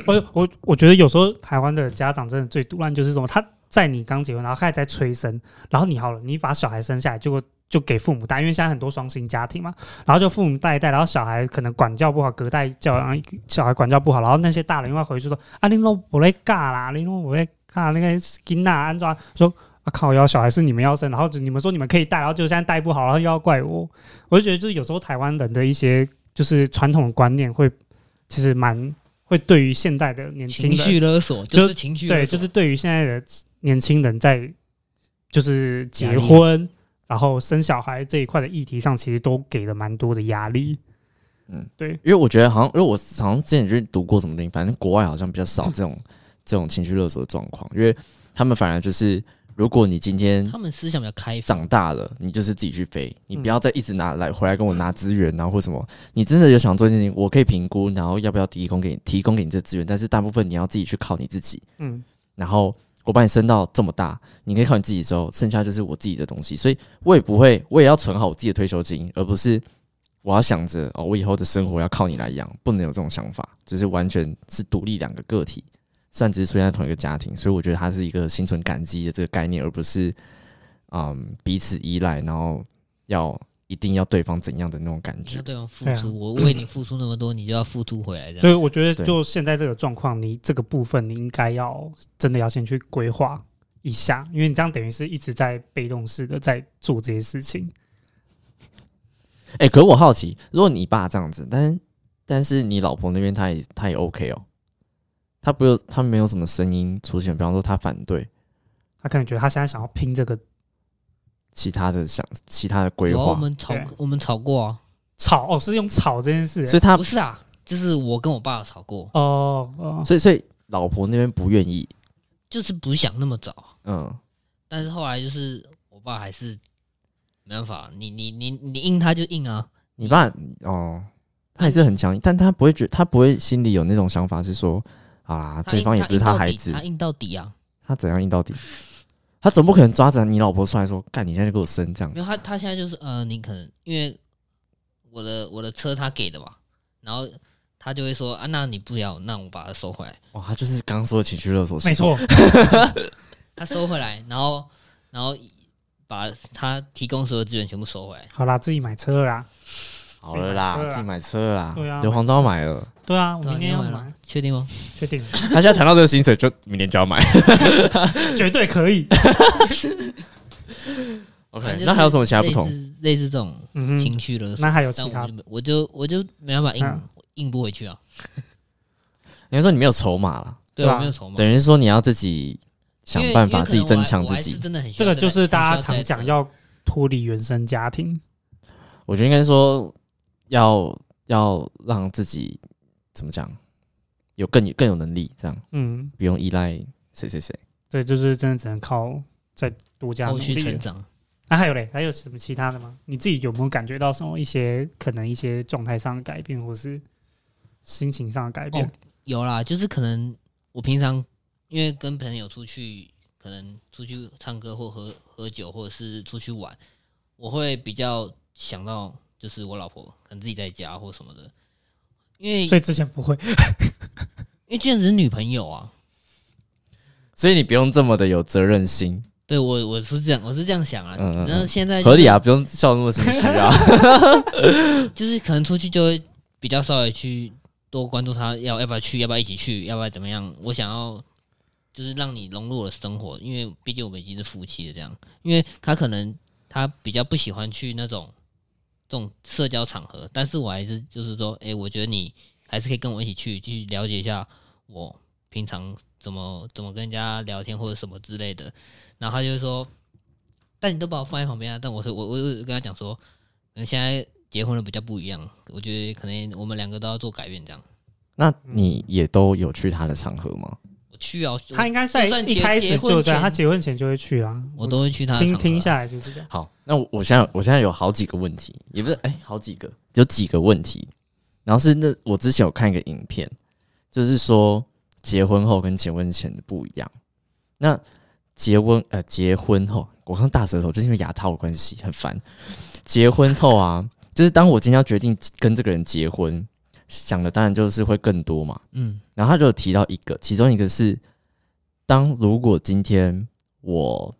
[SPEAKER 3] 我我我觉得有时候台湾的家长真的最毒烂就是什么，他在你刚结婚，然后开始在催生，然后你好了，你把小孩生下来，结果就给父母带，因为现在很多双薪家庭嘛，然后就父母带一带，然后小孩可能管教不好，隔代教养，小孩管教不好，然后那些大人又要回去说啊，你都不会尬啦，你都不会尬，那个囡啊，安装说。啊靠！要小孩是你们要生，然后你们说你们可以带，然后就现在带不好，然后又要怪我，我就觉得就是有时候台湾人的一些就是传统观念会其实蛮会对于现代的年
[SPEAKER 2] 情
[SPEAKER 3] 轻人，
[SPEAKER 2] 绪勒索
[SPEAKER 3] 就
[SPEAKER 2] 就是情绪勒
[SPEAKER 3] 对，
[SPEAKER 2] 索
[SPEAKER 3] 就是对于现在的年轻人在就是
[SPEAKER 2] 压
[SPEAKER 3] 结
[SPEAKER 2] 力
[SPEAKER 3] 婚然后生小孩这一块的议题上，其实都给了蛮多的压力。
[SPEAKER 1] 因为我觉得好像，因为我好像之前就是读过什么东西，反正国外好像比较少这种 这种情绪勒索的状况，因为他们反而就是，如果你今天
[SPEAKER 2] 他们思想比较开放，
[SPEAKER 1] 长大了，你就是自己去飞，你不要再一直拿来回来跟我拿资源，啊然后或什么，你真的有想做这件事情，我可以评估，然后要不要提供给你提供给你这资源，但是大部分你要自己去靠你自己，
[SPEAKER 3] 嗯，
[SPEAKER 1] 然后我把你生到这么大，你可以靠你自己之后，剩下就是我自己的东西，所以我也不会，我也要存好我自己的退休金，而不是我要想着哦，我以后的生活要靠你来养，不能有这种想法，就是完全是独立两个个体，虽然只是出现在同一个家庭，所以我觉得它是一个心存感激的这个概念，而不是嗯彼此依赖，然后要一定要对方怎样的那种感
[SPEAKER 2] 你
[SPEAKER 1] 觉
[SPEAKER 2] 要。对方付
[SPEAKER 3] 对啊
[SPEAKER 2] 出，我为你付出那么多，你就要付出回来，这
[SPEAKER 3] 所
[SPEAKER 2] 样
[SPEAKER 3] 以我觉得
[SPEAKER 1] 对
[SPEAKER 3] 就现在这个状况，你这个部分你应该要真的要先去规划一下，因为你这样等于是一直在被动式的在做这些事情。
[SPEAKER 1] 哎、可是我好奇，如果你爸这样子，但但是你老婆那边她也她也 OK 哦，她不有她没有什么声音出现，比方说她反对
[SPEAKER 3] 他可能觉得他现在想要拼这个
[SPEAKER 1] 其他的想其他的规
[SPEAKER 2] 有啊，我
[SPEAKER 1] 划，
[SPEAKER 2] 们吵
[SPEAKER 3] 对
[SPEAKER 2] 我们吵过啊，
[SPEAKER 3] 吵哦，是用吵这件事欸。
[SPEAKER 1] 所以她
[SPEAKER 2] 不是啊，就是我跟我爸有吵过，
[SPEAKER 3] 哦哦，
[SPEAKER 1] 所以所以老婆那边不愿意，
[SPEAKER 2] 就是不想那么早，
[SPEAKER 1] 嗯，
[SPEAKER 2] 但是后来就是我爸还是没办法，你你你你硬他就硬啊，
[SPEAKER 1] 你爸哦，他也是很强硬，但他不会觉他不会心里有那种想法是说啊，
[SPEAKER 2] 他
[SPEAKER 1] 对
[SPEAKER 2] 硬
[SPEAKER 1] 方也不是
[SPEAKER 2] 硬到
[SPEAKER 1] 他孩
[SPEAKER 2] 底
[SPEAKER 1] 子，
[SPEAKER 2] 他硬到底啊，
[SPEAKER 1] 他怎样硬到底，他总不可能抓着你老婆出来说，干你现在就给我生这样
[SPEAKER 2] 没，有他他现在就是呃，你可能因为我的我的车他给的嘛，然后他就会说啊，那你不要，那我把它收回来，
[SPEAKER 1] 哇，他就是刚刚说的情绪勒索，
[SPEAKER 3] 没，错，
[SPEAKER 2] 他收回来，然后然后把他提供所有资源全部收回来。
[SPEAKER 3] 好啦，自己买车了啦。
[SPEAKER 1] 好了啦，
[SPEAKER 3] 自己买车啦
[SPEAKER 1] 自己买车啦，
[SPEAKER 3] 对啊
[SPEAKER 1] 硫磺刀买了。
[SPEAKER 3] 对啊，我
[SPEAKER 2] 对啊
[SPEAKER 3] 明
[SPEAKER 2] 你
[SPEAKER 3] 天要
[SPEAKER 2] 买
[SPEAKER 3] 买
[SPEAKER 2] 了，，确定吗？
[SPEAKER 3] 确定
[SPEAKER 1] 他现在谈到这个薪水，就明年就要买。
[SPEAKER 3] 绝对可以。
[SPEAKER 2] 反正就是
[SPEAKER 1] 那还有什么其他不同
[SPEAKER 2] 类？似类似这种
[SPEAKER 3] 嗯哼，
[SPEAKER 2] 情绪勒索，
[SPEAKER 3] 那还有
[SPEAKER 2] 但
[SPEAKER 3] 其他
[SPEAKER 2] 我就我就我就没办法硬、
[SPEAKER 3] 嗯
[SPEAKER 2] 硬不回去啊，
[SPEAKER 1] 你还说你没有筹码了，
[SPEAKER 2] 对
[SPEAKER 3] 对
[SPEAKER 2] 我
[SPEAKER 3] 啊
[SPEAKER 2] 没有筹码，
[SPEAKER 1] 等于说你要自己想
[SPEAKER 2] 因为
[SPEAKER 1] 办
[SPEAKER 2] 因
[SPEAKER 1] 法
[SPEAKER 2] 为可
[SPEAKER 1] 自己
[SPEAKER 2] 能我
[SPEAKER 1] 增
[SPEAKER 2] 还
[SPEAKER 1] 强
[SPEAKER 2] 我
[SPEAKER 1] 自
[SPEAKER 2] 还是
[SPEAKER 1] 己。
[SPEAKER 2] 真的很需要
[SPEAKER 3] 这个
[SPEAKER 2] 台
[SPEAKER 3] 就是
[SPEAKER 2] 很需要
[SPEAKER 3] 大家常
[SPEAKER 2] 这台
[SPEAKER 3] 讲
[SPEAKER 2] 车
[SPEAKER 3] 要脱离原生家庭。
[SPEAKER 1] 我觉得应该说要要让自己怎么讲，有更更有能力，这样
[SPEAKER 3] 嗯，
[SPEAKER 1] 不用依赖谁谁谁。
[SPEAKER 3] 对，就是真的只能靠再多加努
[SPEAKER 2] 后续
[SPEAKER 3] 力
[SPEAKER 2] 成
[SPEAKER 3] 了。
[SPEAKER 2] 长。
[SPEAKER 3] 那、还有嘞，还有什么其他的吗？你自己有没有感觉到什么一些可能一些状态上的改变，或是心情上的改变？
[SPEAKER 2] 哦有啦，就是可能我平常因为跟朋友出去，可能出去唱歌或喝喝酒，或者是出去玩，我会比较想到就是我老婆，可能自己在家或什么的，因为
[SPEAKER 3] 所以之前不会，
[SPEAKER 2] 因为既然只是女朋友啊，
[SPEAKER 1] 所以你不用这么的有责任心，
[SPEAKER 2] 对我我是这样我是这样想啊，
[SPEAKER 1] 嗯嗯嗯
[SPEAKER 2] 然后现在、就是、
[SPEAKER 1] 合理啊，不用笑那么心虚 啊。
[SPEAKER 2] 就是可能出去就会比较稍微去多关注他要要不要去，要不要一起去，要不要怎么样。我想要就是让你融入我的生活，因为毕竟我们已经是夫妻了这样。因为他可能他比较不喜欢去那种这种社交场合，但是我还是就是说，诶，我觉得你还是可以跟我一起去，去了解一下我平常怎么怎么跟人家聊天或者什么之类的。然后他就会说，但你都把我放在旁边啊，但我是我我我跟他讲说，嗯，现在结婚了比较不一样，我觉得可能我们两个都要做改变，这样。
[SPEAKER 1] 那你也都有去他的场合吗？
[SPEAKER 2] 我去啊，我
[SPEAKER 3] 他应该在
[SPEAKER 2] 就算结
[SPEAKER 3] 一开始就
[SPEAKER 2] 结婚
[SPEAKER 3] 在
[SPEAKER 2] 前
[SPEAKER 3] 他结婚前就会去啊。
[SPEAKER 2] 我都会去他的
[SPEAKER 3] 听
[SPEAKER 2] 场合啊
[SPEAKER 3] 听下来就是这样。
[SPEAKER 1] 好，那我我现在我现在有好几个问题，也不是哎、好几个，有几个问题。然后是那我之前有看一个影片，就是说结婚后跟结婚前的不一样。那结婚呃结婚后，我刚大舌头，就是因为牙套的关系很烦。结婚后啊，就是当我今天要决定跟这个人结婚，想的当然就是会更多嘛。
[SPEAKER 2] 嗯，
[SPEAKER 1] 然后他就有提到一个，其中一个是，当如果今天我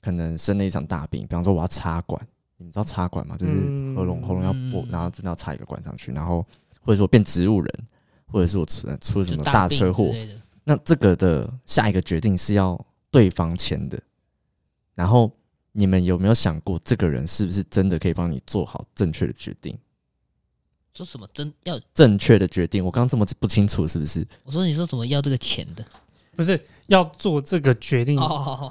[SPEAKER 1] 可能生了一场大病，比方说我要插管，你们知道插管吗？就是
[SPEAKER 3] 嗯
[SPEAKER 1] 喉咙喉咙要破
[SPEAKER 2] 嗯，
[SPEAKER 1] 然后真的要插一个管上去，然后或者说变植物人，或者是我出出了什
[SPEAKER 2] 就
[SPEAKER 1] 么
[SPEAKER 2] 大
[SPEAKER 1] 大
[SPEAKER 2] 病
[SPEAKER 1] 车祸
[SPEAKER 2] 之，类的
[SPEAKER 1] 那这个的下一个决定是要对方签的。然后你们有没有想过，这个人是不是真的可以帮你做好正确的决定？
[SPEAKER 2] 说什么真要？
[SPEAKER 1] 正确的决定。我刚刚这么不清楚，是不是？
[SPEAKER 2] 我说你说什么要这个钱的？
[SPEAKER 3] 不是要做这个决定，
[SPEAKER 2] 哦，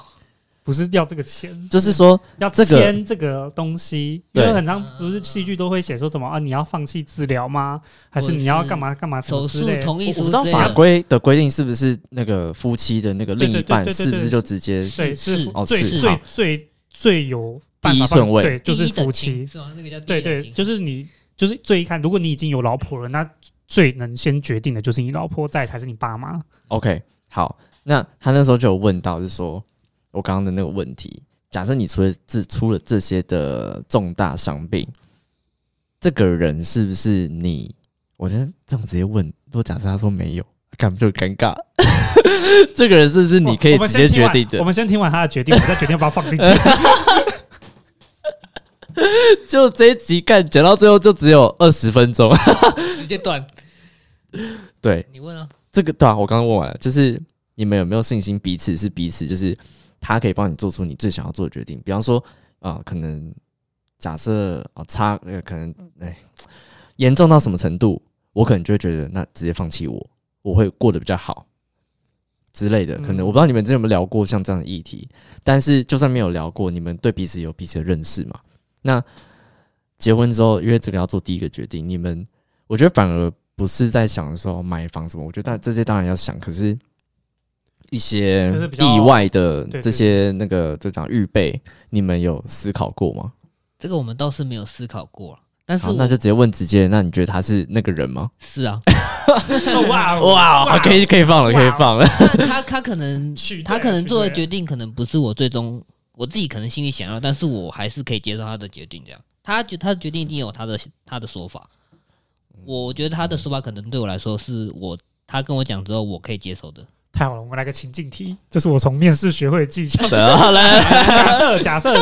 [SPEAKER 3] 不是要这个钱，
[SPEAKER 1] 就是说，
[SPEAKER 3] 要
[SPEAKER 1] 这个
[SPEAKER 3] 签这个东西。因
[SPEAKER 1] 对
[SPEAKER 3] 为很常不
[SPEAKER 2] 啊
[SPEAKER 3] 是戏剧都会写说什么啊，你要放弃治疗吗？还是你要干嘛干嘛什
[SPEAKER 2] 手
[SPEAKER 3] 么之
[SPEAKER 2] 术
[SPEAKER 3] 类的？
[SPEAKER 2] 同意
[SPEAKER 1] 我
[SPEAKER 2] 书
[SPEAKER 1] 不知道
[SPEAKER 2] 之类
[SPEAKER 1] 法
[SPEAKER 2] 的
[SPEAKER 1] 规的规定是不是那个夫妻的那个另一半
[SPEAKER 3] 对对对对对
[SPEAKER 1] 是不是就直接
[SPEAKER 3] 对，是
[SPEAKER 2] 是
[SPEAKER 1] 哦
[SPEAKER 3] 最
[SPEAKER 1] 是
[SPEAKER 3] 最
[SPEAKER 1] 好
[SPEAKER 3] 最最有办
[SPEAKER 1] 第一
[SPEAKER 3] 法帮
[SPEAKER 1] 顺位
[SPEAKER 3] 对，
[SPEAKER 2] 第
[SPEAKER 3] 就是
[SPEAKER 2] 一等
[SPEAKER 3] 夫
[SPEAKER 2] 亲
[SPEAKER 3] 妻。
[SPEAKER 2] 是吗？那个叫第一
[SPEAKER 3] 对
[SPEAKER 2] 等
[SPEAKER 3] 对，
[SPEAKER 2] 亲
[SPEAKER 3] 就是你，就是最一开，如果你已经有老婆了，那最能先决定的就是你老婆，再才是你爸妈。
[SPEAKER 1] OK，好，那他那时候就有问到，就是说我刚刚的那个问题，假设你除了自出了这些的重大伤病，这个人是不是你？我觉得这样直接问，如果假设他说没有，干不就尴尬？ 这个人是不是你可以
[SPEAKER 3] 哦我我们
[SPEAKER 1] 直
[SPEAKER 3] 先
[SPEAKER 1] 接
[SPEAKER 3] 听
[SPEAKER 1] 决
[SPEAKER 3] 完
[SPEAKER 1] 定
[SPEAKER 3] 我
[SPEAKER 1] 的？
[SPEAKER 3] 们先听完他的决定，我们再决定要不要放 进去。
[SPEAKER 1] 就这一集干讲到最后就只有二十分钟。
[SPEAKER 2] 直接 断。
[SPEAKER 1] 对，
[SPEAKER 2] 你问啊，
[SPEAKER 1] 这个对啊，我刚刚问完了，就是你们有没有信心彼此是彼此，就是他可以帮你做出你最想要做的决定，比方说啊、呃可能假设啊、呃差呃，可能哎，严重到什么程度，我可能就会觉得那直接放弃我，我会过得比较好之类的。可能
[SPEAKER 3] 嗯
[SPEAKER 1] 我不知道你们之前有没有聊过像这样的议题，但是就算没有聊过，你们对彼此有彼此的认识嘛？那结婚之后，因为这个要做第一个决定，你们我觉得反而不是在想说买房什么，我觉得当这些当然要想，可是。一些
[SPEAKER 3] 就是比较
[SPEAKER 1] 意外的
[SPEAKER 3] 对对
[SPEAKER 1] 这些那个这讲预备，你们有思考过吗？
[SPEAKER 2] 这个我们倒是没有思考过了，但是
[SPEAKER 1] 好，
[SPEAKER 2] 我
[SPEAKER 1] 那就直接问直接，那你觉得他是那个人吗？
[SPEAKER 2] 是啊，
[SPEAKER 3] 哦哇哦
[SPEAKER 1] 哇，好可以可以放了，
[SPEAKER 3] 哇
[SPEAKER 1] 可以放了。
[SPEAKER 2] 虽然他他可 能
[SPEAKER 3] 去
[SPEAKER 2] 他
[SPEAKER 3] 对
[SPEAKER 2] 可能
[SPEAKER 3] 去
[SPEAKER 2] 做的
[SPEAKER 3] 对
[SPEAKER 2] 决定可能不是我最终我自己可能心里想要，但是我还是可以接受他的决定。这样，他决他的决定一定有他的他的说法，我觉得他的说法可能对我来说是我他跟我讲之后我可以接受的。
[SPEAKER 3] 太好了，我们来个情境题，这是我从面试学会的技巧。
[SPEAKER 1] 怎么了？
[SPEAKER 3] 假设 假设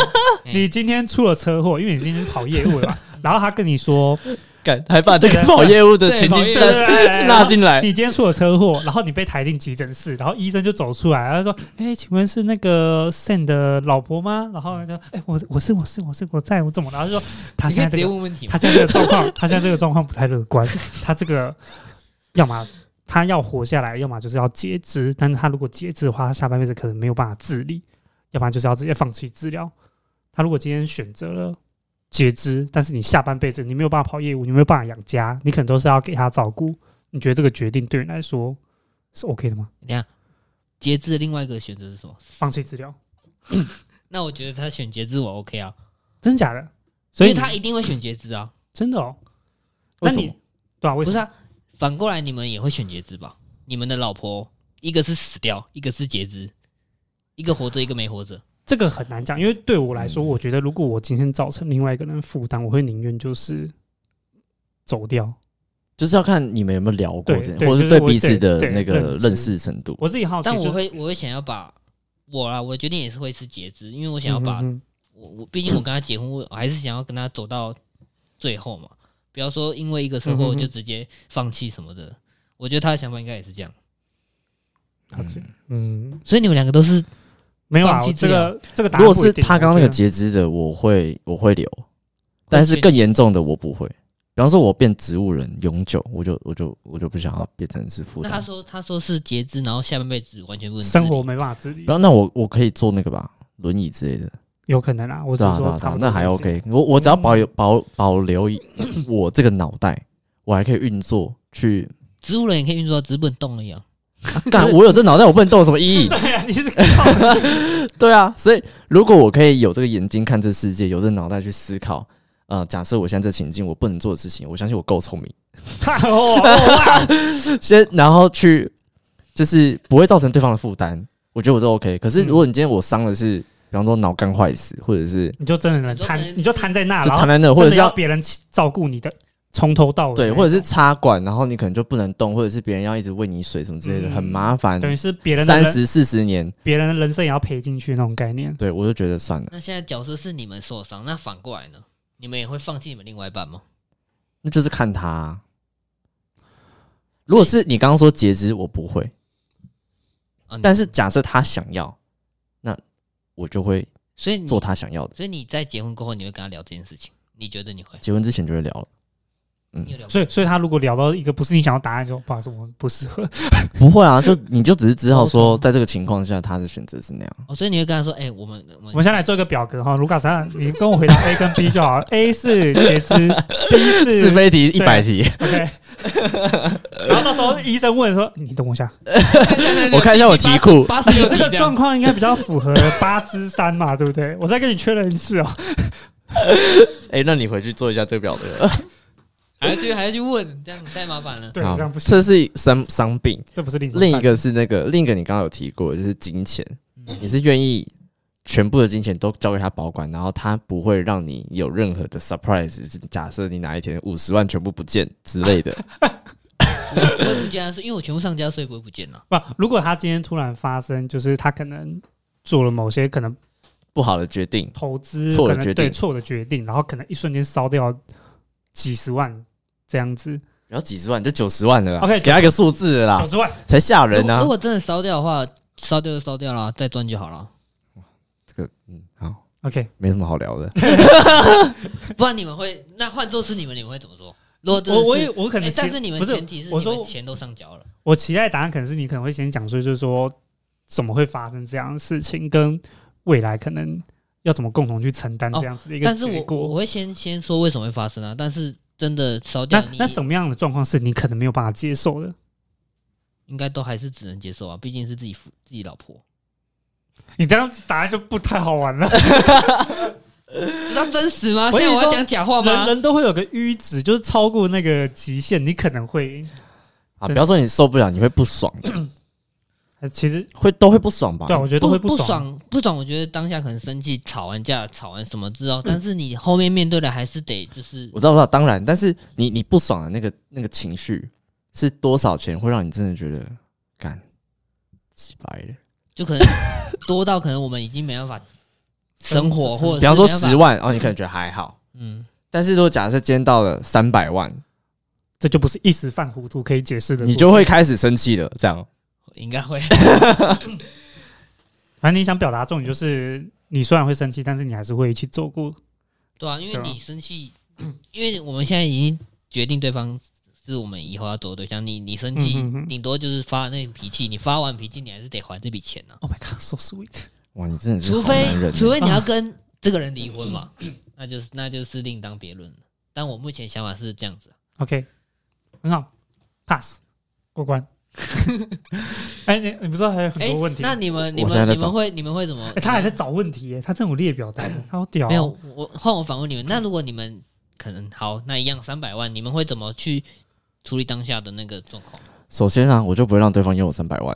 [SPEAKER 3] 你今天出了车祸，因为你今天跑业务 了嘛，然后他跟你说，
[SPEAKER 1] 敢还把这个
[SPEAKER 3] 对
[SPEAKER 1] 跑业务的
[SPEAKER 2] 对
[SPEAKER 1] 情
[SPEAKER 2] 跑
[SPEAKER 1] 境
[SPEAKER 2] 业务
[SPEAKER 1] 单
[SPEAKER 3] 对
[SPEAKER 1] 纳进来，
[SPEAKER 3] 你今天出了车祸，然后你被抬进急诊室，然后医生就走出来，他说：“哎、请问是那个 Sam 的老婆吗？”然后他就：“哎、我我是我是我是我在我怎么了？”然后就说：“他
[SPEAKER 2] 你可以
[SPEAKER 3] 现
[SPEAKER 2] 直
[SPEAKER 3] 在
[SPEAKER 2] 接
[SPEAKER 3] 这个
[SPEAKER 2] 问问题嘛
[SPEAKER 3] 他？现在这个状况，他现在这个状况不太乐观，他这个要么。”他要活下来，要么就是要截肢，但是他如果截肢的话，他下半辈子可能没有办法自理，要不然就是要直接放弃治疗。他如果今天选择了截肢，但是你下半辈子你没有办法跑业务，你没有办法养家，你可能都是要给他照顾。你觉得这个决定对你来说是 OK 的吗？
[SPEAKER 2] 你看，截肢的另外一个选择是什么？
[SPEAKER 3] 放弃治疗，
[SPEAKER 2] 那我觉得他选截肢我 OK 啊，
[SPEAKER 3] 真假的？
[SPEAKER 2] 所
[SPEAKER 3] 所
[SPEAKER 2] 以
[SPEAKER 3] 以
[SPEAKER 2] 他一定会选截肢啊，
[SPEAKER 3] 真的哦？那
[SPEAKER 1] 为什么
[SPEAKER 3] 你对啊？为
[SPEAKER 2] 不是
[SPEAKER 3] 什么？
[SPEAKER 2] 啊？反过来你们也会选截肢吧？你们的老婆一个是死掉，一个是截肢，一个活着，一个没活着。
[SPEAKER 3] 这个很难讲，因为对我来说，
[SPEAKER 1] 嗯
[SPEAKER 3] 我觉得如果我今天造成另外一个人负担，我会宁愿就是走掉。
[SPEAKER 1] 就是要看你们有没有聊过
[SPEAKER 3] 对
[SPEAKER 1] 这，
[SPEAKER 3] 对
[SPEAKER 1] 或者
[SPEAKER 3] 就是
[SPEAKER 1] 是对
[SPEAKER 3] 我
[SPEAKER 1] 彼此
[SPEAKER 3] 对
[SPEAKER 1] 的
[SPEAKER 3] 对
[SPEAKER 1] 那个
[SPEAKER 3] 认知
[SPEAKER 1] 认识程度。
[SPEAKER 3] 我自己好奇，
[SPEAKER 2] 但我
[SPEAKER 3] 就是
[SPEAKER 2] 会我会想要把我啊，我决定也是会吃截肢，因为我想要把、
[SPEAKER 3] 嗯嗯
[SPEAKER 2] 我我毕竟我跟他结婚，我还是想要跟他走到最后嘛。不要说因为一个车祸
[SPEAKER 3] 嗯哼
[SPEAKER 2] 我就
[SPEAKER 3] 哼
[SPEAKER 2] 直接放弃什么的，我觉得他的想法应该也是这样。
[SPEAKER 3] 嗯好奇嗯，
[SPEAKER 2] 所以你们两个都是
[SPEAKER 3] 没有啊
[SPEAKER 2] 放弃，
[SPEAKER 3] 这个这个答
[SPEAKER 1] 如
[SPEAKER 3] 案
[SPEAKER 1] 果
[SPEAKER 3] 不
[SPEAKER 1] 是
[SPEAKER 3] 一定
[SPEAKER 1] 他刚刚
[SPEAKER 3] 我
[SPEAKER 1] 那个
[SPEAKER 3] 觉得
[SPEAKER 1] 截肢的，我会我会留，但是更严重的我不会。比方说，我变植物人永久，我就我就我就不想要变成是负
[SPEAKER 2] 那
[SPEAKER 1] 担
[SPEAKER 2] 他。说他说是截肢，然后下半辈子完全不能自理
[SPEAKER 3] 啊生活没办法自理
[SPEAKER 1] 不，然，那我我可以坐那个吧，轮椅之类的。
[SPEAKER 3] 有可能啊。我只
[SPEAKER 1] 对
[SPEAKER 3] 是
[SPEAKER 1] 啊，对
[SPEAKER 3] 说
[SPEAKER 1] 啊，
[SPEAKER 3] 差
[SPEAKER 1] 对啊
[SPEAKER 3] 不多，
[SPEAKER 1] 那还
[SPEAKER 3] 就是嗯
[SPEAKER 1] OK。我我只要保有保保留一我这个脑袋，我还可以运作去
[SPEAKER 2] 植物人也可以运作，只是不能动啊了一样。
[SPEAKER 1] 干。我有这脑袋，我不能动有什 么意义？
[SPEAKER 3] 对啊，你是
[SPEAKER 1] 对啊，所以如果我可以有这个眼睛看这世界，有这脑袋去思考，呃，假设我现在这情境我不能做的事情，我相信我够聪明，
[SPEAKER 3] 哦哇
[SPEAKER 1] 先然后去就是不会造成对方的负担，我觉得我都 OK。可是如果你今天我伤的是，比方说脑干坏死，或者是
[SPEAKER 3] 你就真的能
[SPEAKER 2] 你就
[SPEAKER 3] 瘫
[SPEAKER 2] 真的，
[SPEAKER 3] 你就瘫在那，
[SPEAKER 1] 就
[SPEAKER 3] 啊然后
[SPEAKER 1] 躺在那，或
[SPEAKER 3] 真
[SPEAKER 1] 者
[SPEAKER 3] 的
[SPEAKER 1] 是
[SPEAKER 3] 要
[SPEAKER 1] 要
[SPEAKER 3] 别人照顾你的，从头到尾那
[SPEAKER 1] 对，
[SPEAKER 3] 种，
[SPEAKER 1] 或者是插管，然后你可能就不能动，或者是别人要一直喂你水什么之类的，
[SPEAKER 3] 嗯
[SPEAKER 1] 很麻烦。
[SPEAKER 3] 等于是别人的
[SPEAKER 1] 三
[SPEAKER 3] 人，
[SPEAKER 1] 十四十年，
[SPEAKER 3] 别人的人生也要赔进去那种概念。
[SPEAKER 1] 对我就觉得算了，
[SPEAKER 2] 那现在角色是你们受伤，那反过来呢？你们也会放弃你们另外一半吗？
[SPEAKER 1] 那就是看他啊、如果是你刚刚说截肢，我不会。
[SPEAKER 3] 嗯
[SPEAKER 2] 啊，你
[SPEAKER 1] 但是假设他想要，那我就会
[SPEAKER 2] 所以
[SPEAKER 3] 嗯
[SPEAKER 2] 你
[SPEAKER 1] 做他想要的。
[SPEAKER 2] 所以你在结婚过后，你会跟他聊这件事情？你觉得你会？
[SPEAKER 1] 结婚之前就会聊了，嗯
[SPEAKER 2] 你有聊过
[SPEAKER 3] 所以，所以他如果聊到一个不是你想要答案，就说不好意思，我不适合。
[SPEAKER 1] 不会啊，就你就只是知道说，
[SPEAKER 3] OK
[SPEAKER 1] 在这个情况下他的选择是那样。
[SPEAKER 2] 哦，所以你会跟他说，哎、我们我
[SPEAKER 3] 我们先来做一个表格哈，卢卡斯，你跟我回答 A 跟 B 就好了。A 是截肢，B
[SPEAKER 1] 是
[SPEAKER 3] 是
[SPEAKER 1] 非题一百题，
[SPEAKER 3] OK。然后到时候医生问说：“你等我一下，
[SPEAKER 1] 我看一下我题库
[SPEAKER 2] 八十
[SPEAKER 3] 有
[SPEAKER 2] 有
[SPEAKER 3] 这
[SPEAKER 2] 这
[SPEAKER 3] 个
[SPEAKER 2] 个
[SPEAKER 3] 状
[SPEAKER 2] 状，
[SPEAKER 3] 况应该比较符合八之三嘛，对不对？”我再跟你确认一次哦。
[SPEAKER 1] 哎、那你回去做一下这个表格。
[SPEAKER 2] 还要去还要去问，这样太麻烦 了。
[SPEAKER 3] 对，
[SPEAKER 1] 好
[SPEAKER 3] 这样不行，
[SPEAKER 1] 这是伤伤病，
[SPEAKER 3] 这不是另
[SPEAKER 1] 另一
[SPEAKER 3] 个
[SPEAKER 1] 个是那个，另一个你刚刚有提过，就是金钱，
[SPEAKER 3] 嗯
[SPEAKER 1] 你是愿意全部的金钱都交给他保管，然后他不会让你有任何的 surprise，就是假设你哪一天五十万全部不见之 类的，
[SPEAKER 2] 我也不见得是因为我全部上交，所以不会不见了。
[SPEAKER 3] 不。如果他今天突然发生，就是他可能做了某些可能
[SPEAKER 1] 不好的决定，
[SPEAKER 3] 投资
[SPEAKER 1] 错的
[SPEAKER 3] 可能
[SPEAKER 1] 决
[SPEAKER 3] 对
[SPEAKER 1] 定
[SPEAKER 3] 错的决定，然后可能一瞬间烧掉几十万这样子，
[SPEAKER 1] 然后几十万就九十万了啦啊
[SPEAKER 3] OK，
[SPEAKER 1] 给他一个数字了
[SPEAKER 3] 九
[SPEAKER 1] 啦，
[SPEAKER 3] 十万
[SPEAKER 1] 才吓
[SPEAKER 2] 如
[SPEAKER 1] 人
[SPEAKER 2] 果
[SPEAKER 1] 啊
[SPEAKER 2] 如！果真的烧掉的话，烧掉就烧掉了，再赚就好了。
[SPEAKER 1] 这个嗯，好，
[SPEAKER 3] OK。
[SPEAKER 1] 没什么好聊的。
[SPEAKER 2] 不然你们会，那换做是你们，你们会怎么做？如果真的
[SPEAKER 3] 我
[SPEAKER 2] 是
[SPEAKER 3] 我也我可
[SPEAKER 2] 哎
[SPEAKER 3] 能期、
[SPEAKER 2] 但是你们
[SPEAKER 3] 不
[SPEAKER 2] 前提是
[SPEAKER 3] 我
[SPEAKER 2] 你
[SPEAKER 3] 说
[SPEAKER 2] 们钱都上交了，
[SPEAKER 3] 我期待的答案可能是你可能会先讲说，就是说怎么会发生这样的事情，跟未来可能要怎么共同去承担这样子的一
[SPEAKER 2] 哦
[SPEAKER 3] 个
[SPEAKER 2] 但是
[SPEAKER 3] 结
[SPEAKER 2] 我我
[SPEAKER 3] 果。
[SPEAKER 2] 会先先说为什么会发生啊，但是真的烧掉
[SPEAKER 3] 那
[SPEAKER 2] 你，
[SPEAKER 3] 那什么样的状况是你可能没有办法接受的？
[SPEAKER 2] 应该都还是只能接受啊，毕竟是自己夫自己老 婆，
[SPEAKER 3] 你这样答案就不太好玩了。
[SPEAKER 2] 不是要真实吗？
[SPEAKER 3] 我
[SPEAKER 2] 现
[SPEAKER 3] 跟
[SPEAKER 2] 在
[SPEAKER 3] 你
[SPEAKER 2] 我
[SPEAKER 3] 说
[SPEAKER 2] 要讲假话
[SPEAKER 3] 人
[SPEAKER 2] 吗？
[SPEAKER 3] 人都会有个阈值，就是超过那个极限，你可能会
[SPEAKER 1] 啊，
[SPEAKER 3] 对
[SPEAKER 1] 不要说你受不了，你会不爽的，
[SPEAKER 3] 呃其实
[SPEAKER 1] 会都会不爽吧？
[SPEAKER 3] 对啊，我觉得都
[SPEAKER 2] 不
[SPEAKER 3] 会
[SPEAKER 2] 不
[SPEAKER 3] 爽。
[SPEAKER 2] 爽不爽，我觉得当下可能生气，吵完架，吵完什么之后，但是你后面面对的还是得就是
[SPEAKER 1] 我知道，我知道，当然，但是你你不爽的那个那个情绪是多少钱会让你真的觉得干几百的？
[SPEAKER 2] 就可能多到可能我们已经没办法生活，或者是
[SPEAKER 1] 比方说
[SPEAKER 2] 没办法
[SPEAKER 1] 十，万，哦，你可能觉得还好，
[SPEAKER 2] 嗯，
[SPEAKER 1] 但是如果假设今天到了三百万，
[SPEAKER 3] 这就不是一时犯糊涂可以解释的。
[SPEAKER 1] 你就会，开始生气了。这样，
[SPEAKER 2] 应该会。
[SPEAKER 3] 反正你想表达重点就是，你虽然会生气，但是你还是会一起走过。
[SPEAKER 2] 对啊，因
[SPEAKER 3] 对
[SPEAKER 2] 为
[SPEAKER 3] 啊
[SPEAKER 2] 你生气， 因为我们现在已经决定对方是我们以后要走的对象。你你生气
[SPEAKER 3] 嗯哼哼，
[SPEAKER 2] 顶、多就是发那个脾气，你发完脾气，你还是得还这笔钱呢、
[SPEAKER 3] Oh my god, so sweet！
[SPEAKER 1] 哇，你真的是
[SPEAKER 2] 除
[SPEAKER 1] 好
[SPEAKER 2] 非
[SPEAKER 1] 男人哦
[SPEAKER 2] 除非你要跟这个人离婚嘛， 那就是那就是另当别论了。但我目前想法是这样子，
[SPEAKER 3] OK，很好，pass 过关。哎、你你不是还有很
[SPEAKER 2] 哎、
[SPEAKER 3] 多问题？
[SPEAKER 2] 那你们你
[SPEAKER 1] 我现在
[SPEAKER 2] 们
[SPEAKER 1] 在
[SPEAKER 2] 你
[SPEAKER 1] 找
[SPEAKER 2] 们会你们会怎么？
[SPEAKER 3] 哎他还在找问题耶，他真有列表单，他好屌哦、
[SPEAKER 2] 没有我换我反问你们，那如果你们可能好，那一样三百万，你们会怎么去处理当下的那个状况？
[SPEAKER 1] 首先啊，我就不会让对方拥有三百万，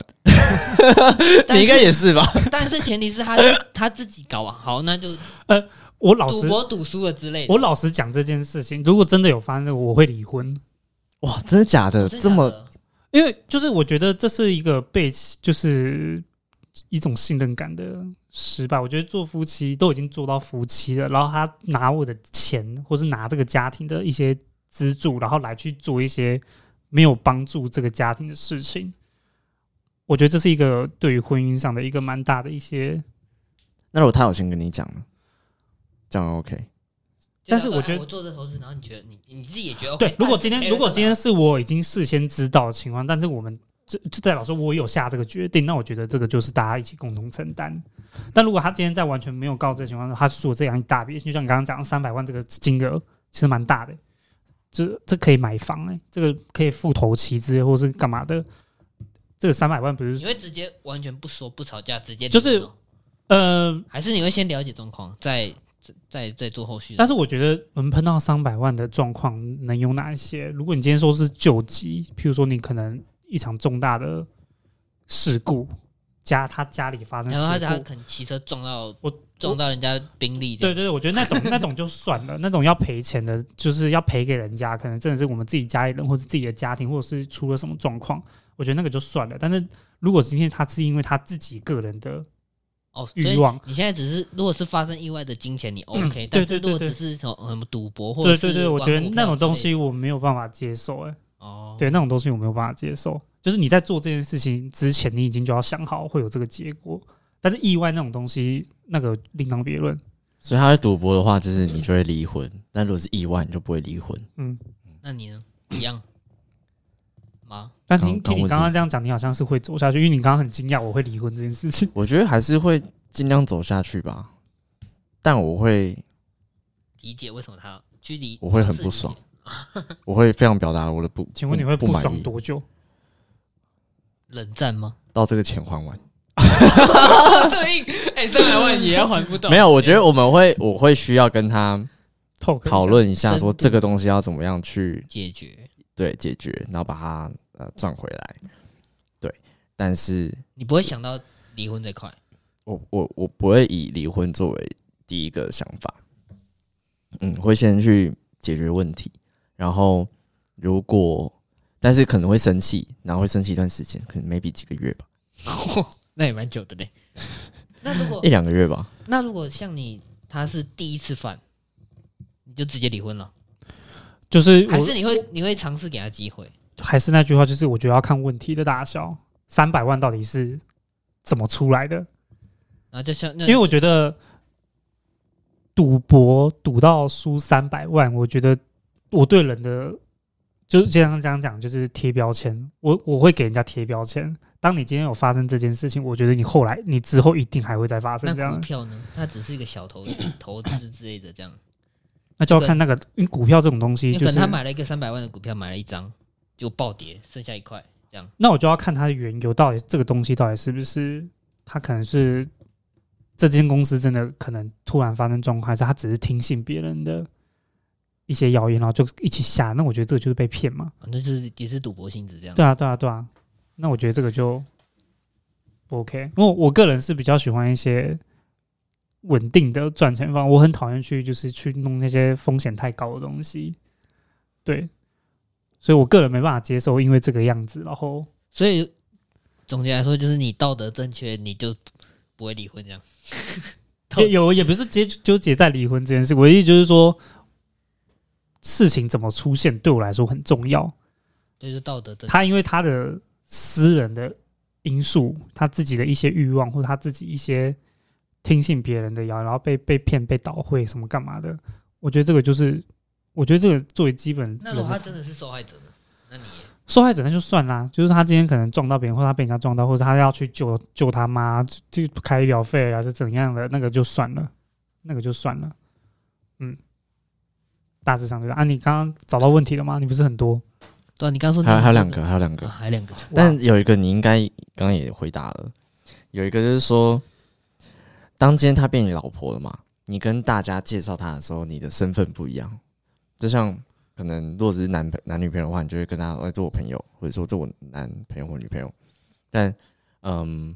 [SPEAKER 2] 但
[SPEAKER 1] 你应该
[SPEAKER 2] 是
[SPEAKER 1] 也是吧？
[SPEAKER 2] 但是前提是他他自己搞啊，好，那就
[SPEAKER 3] 我老
[SPEAKER 2] 赌
[SPEAKER 3] 实，
[SPEAKER 2] 博赌输了之类的。
[SPEAKER 3] 我老实讲这件事情，如果真的有发生这个，我会离婚，
[SPEAKER 1] 哇，真的假的？
[SPEAKER 2] 真的假的
[SPEAKER 1] 这么
[SPEAKER 3] 因为就是我觉得这是一个被就是一种信任感的失败。我觉得做夫妻都已经做到夫妻了，然后他拿我的钱，或是拿这个家庭的一些资助，然后来去做一些没有帮助这个家庭的事情。我觉得这是一个对于婚姻上的一个蛮大的一些，
[SPEAKER 1] 那如果他有先跟你讲呢？这样 OK？
[SPEAKER 2] 就
[SPEAKER 3] 但
[SPEAKER 2] 想
[SPEAKER 3] 是
[SPEAKER 2] 说
[SPEAKER 3] 我觉得
[SPEAKER 2] 哎我做这投资，然后你觉得你你自己也觉得 OK,
[SPEAKER 3] 对。如果今
[SPEAKER 2] 哎
[SPEAKER 3] 天
[SPEAKER 2] 是
[SPEAKER 3] 如果
[SPEAKER 2] 赔了
[SPEAKER 3] 今天是我已经事先知道的情况，但是我们这这代表说我有下这个决定，那我觉得这个就是大家一起共同承担。但如果他今天在完全没有告知的情况下，他说这样一大笔，就像你刚刚讲三百万这个金额，其实蛮大的，这这可以买房哎、这个可以付头期之类或是干嘛的。这个三百万不
[SPEAKER 2] 你
[SPEAKER 3] 是
[SPEAKER 2] 会直接完全不说不吵架，直接
[SPEAKER 3] 就是
[SPEAKER 2] 离婚哦
[SPEAKER 3] 呃，
[SPEAKER 2] 还是你会先了解状况，再再再做后续的。
[SPEAKER 3] 但是我觉得我们碰到三百万的状况能有哪一些？如果你今天说是救急，譬如说你可能一场重大的事故，家他家里发生
[SPEAKER 2] 然后他
[SPEAKER 3] 事
[SPEAKER 2] 他
[SPEAKER 3] 故，
[SPEAKER 2] 可能骑车撞到
[SPEAKER 3] 我
[SPEAKER 2] 撞到人家宾利这
[SPEAKER 3] 对对
[SPEAKER 2] 样，
[SPEAKER 3] 对，我觉得那种那种就算了，那种要赔钱的，就是要赔给人家，可能真的是我们自己家里人，或是自己的家庭，或者是出了什么状况，我觉得那个就算了。但是如果今天他是因为他自己个人的
[SPEAKER 2] 哦，所
[SPEAKER 3] 欲
[SPEAKER 2] 以
[SPEAKER 3] 望，嗯
[SPEAKER 2] 你现在只是如果是发生意外的金钱，你 OK，
[SPEAKER 3] 对
[SPEAKER 2] 但
[SPEAKER 3] 对
[SPEAKER 2] 是
[SPEAKER 3] 对
[SPEAKER 2] 如果
[SPEAKER 3] 对
[SPEAKER 2] 只是什么什么赌博或者
[SPEAKER 3] 对
[SPEAKER 2] 是
[SPEAKER 3] 对对，我觉得
[SPEAKER 2] 玩股
[SPEAKER 3] 那
[SPEAKER 2] 票之
[SPEAKER 3] 种
[SPEAKER 2] 类
[SPEAKER 3] 东
[SPEAKER 2] 的
[SPEAKER 3] 西我没有办法接受、哎。
[SPEAKER 2] 哦，
[SPEAKER 3] 对那种东西我没有办法接受。就是你在做这件事情之前，你已经就要想好会有这个结果，但是意外那种东西，那个另当别论。
[SPEAKER 1] 所以他会赌博的话，就是你就会离婚；但如果是意外，你就不会离婚。
[SPEAKER 3] 嗯，
[SPEAKER 2] 那你呢？一样吗？
[SPEAKER 3] 但听
[SPEAKER 1] 刚
[SPEAKER 3] 听你
[SPEAKER 1] 问
[SPEAKER 3] 刚刚
[SPEAKER 1] 题
[SPEAKER 3] 这样讲，你好像是会走下去，因为你刚刚很惊讶我会离婚这件事情。
[SPEAKER 1] 我觉得还是会尽量走下去吧，但我会
[SPEAKER 2] 理解为什么他去理，
[SPEAKER 1] 我会很
[SPEAKER 2] 尝试理
[SPEAKER 1] 不
[SPEAKER 2] 解
[SPEAKER 1] 爽。我会非常表达我的不，
[SPEAKER 3] 请问你会
[SPEAKER 1] 不
[SPEAKER 3] 不
[SPEAKER 1] 满
[SPEAKER 3] 爽
[SPEAKER 1] 意
[SPEAKER 3] 多久？
[SPEAKER 2] 冷战 吗？
[SPEAKER 1] 到这个钱还完？
[SPEAKER 3] 哦
[SPEAKER 2] 对应，哎，三百万也还不到。
[SPEAKER 1] 没有，我觉得我们会我会需要跟他
[SPEAKER 3] 透
[SPEAKER 1] 讨论一下，
[SPEAKER 2] 深
[SPEAKER 1] 说
[SPEAKER 2] 度
[SPEAKER 1] 这个东西要怎么样去
[SPEAKER 2] 解决，
[SPEAKER 1] 对解决，然后把它呃赚回来。对，但是
[SPEAKER 2] 你不会想到离婚这块。
[SPEAKER 1] 我我我不会以离婚作为第一个想法，嗯，会先去解决问题，然后如果但是可能会生气，然后会生气一段时间，可能 maybe 几个月吧，
[SPEAKER 2] 那也蛮久 的嘞。那如果
[SPEAKER 3] 哎
[SPEAKER 1] 一两个月吧。
[SPEAKER 2] 那如果像你，他是第一次犯，你就直接离婚了，
[SPEAKER 3] 就是
[SPEAKER 2] 还
[SPEAKER 3] 我
[SPEAKER 2] 是你会你会尝试给他机会？
[SPEAKER 3] 还是那句话，就是我觉得要看问题的大小，三百万到底是怎么出来的？
[SPEAKER 2] 然后就像那
[SPEAKER 3] 因为我觉
[SPEAKER 2] 嗯
[SPEAKER 3] 得赌博赌到输三百万，我觉得我对人的就这样这样讲，就是贴标签。我我会给人家贴标签。当你今天有发生这件事情，我觉得你后来你之后一定还会再发生这
[SPEAKER 2] 那股
[SPEAKER 3] 样，
[SPEAKER 2] 票呢？它只是一个小投投资之类的，这样。
[SPEAKER 3] 那就要看那个，因为股票这种东西
[SPEAKER 2] 你可
[SPEAKER 3] 就
[SPEAKER 2] 能
[SPEAKER 3] 是
[SPEAKER 2] 他买了一个三百万的股票，买了一张就暴跌，剩下一块，这样
[SPEAKER 3] 那我就要看它的缘由，到底这个东西到底是不是它可能是这间公司真的可能突然发生状况，还是他只是听信别人的一些谣言，然后就一起下？那我觉得这个就是被骗嘛。
[SPEAKER 2] 啊，那就是也是赌博性质这样。
[SPEAKER 3] 对啊，对啊，对啊。那我觉得这个就不 OK，因为我个人是比较喜欢一些稳定的赚钱方，我很讨厌去就是去弄那些风险太高的东西。对，所以我个人没办法接受，因为这个样子，然后。
[SPEAKER 2] 所以总结来说，就是你道德正确，你就不会离婚这样。
[SPEAKER 3] 也有也不是结纠结在离婚这件事，我的意思就是说，事情怎么出现对我来说很重要。
[SPEAKER 2] 就是道德正确。
[SPEAKER 3] 他因为他的私人的因素，他自己的一些欲望，或者他自己一些听信别人的谣，然后被被骗、被倒会什么干嘛的，我觉得这个就是，我觉得这个作为基本人的
[SPEAKER 2] 那如果他真的是受害者呢？那你也
[SPEAKER 3] 受害者那就算啦，就是他今天可能撞到别人，或者他被人家撞到，或者他要去救救他妈，就就开医疗费啊还是怎样的，那个就算了，那个就算了，嗯，大致上就是啊，你刚刚找到问题了吗？你不是很多，
[SPEAKER 2] 对啊，你刚说你
[SPEAKER 1] 还有还有
[SPEAKER 2] 道
[SPEAKER 1] 哦两
[SPEAKER 2] 德
[SPEAKER 1] 个，还有两
[SPEAKER 2] 啊
[SPEAKER 1] 个，
[SPEAKER 2] 还有两个，
[SPEAKER 1] 但有一个你应该刚刚也回答了，有一个就是说，当今天她变你老婆了嘛，你跟大家介绍她的时候，你的身份不一样。就像可能如果只是男朋男女朋友的话，你就会跟她哎，做我朋友，或者说做我男朋友或女朋友。但嗯，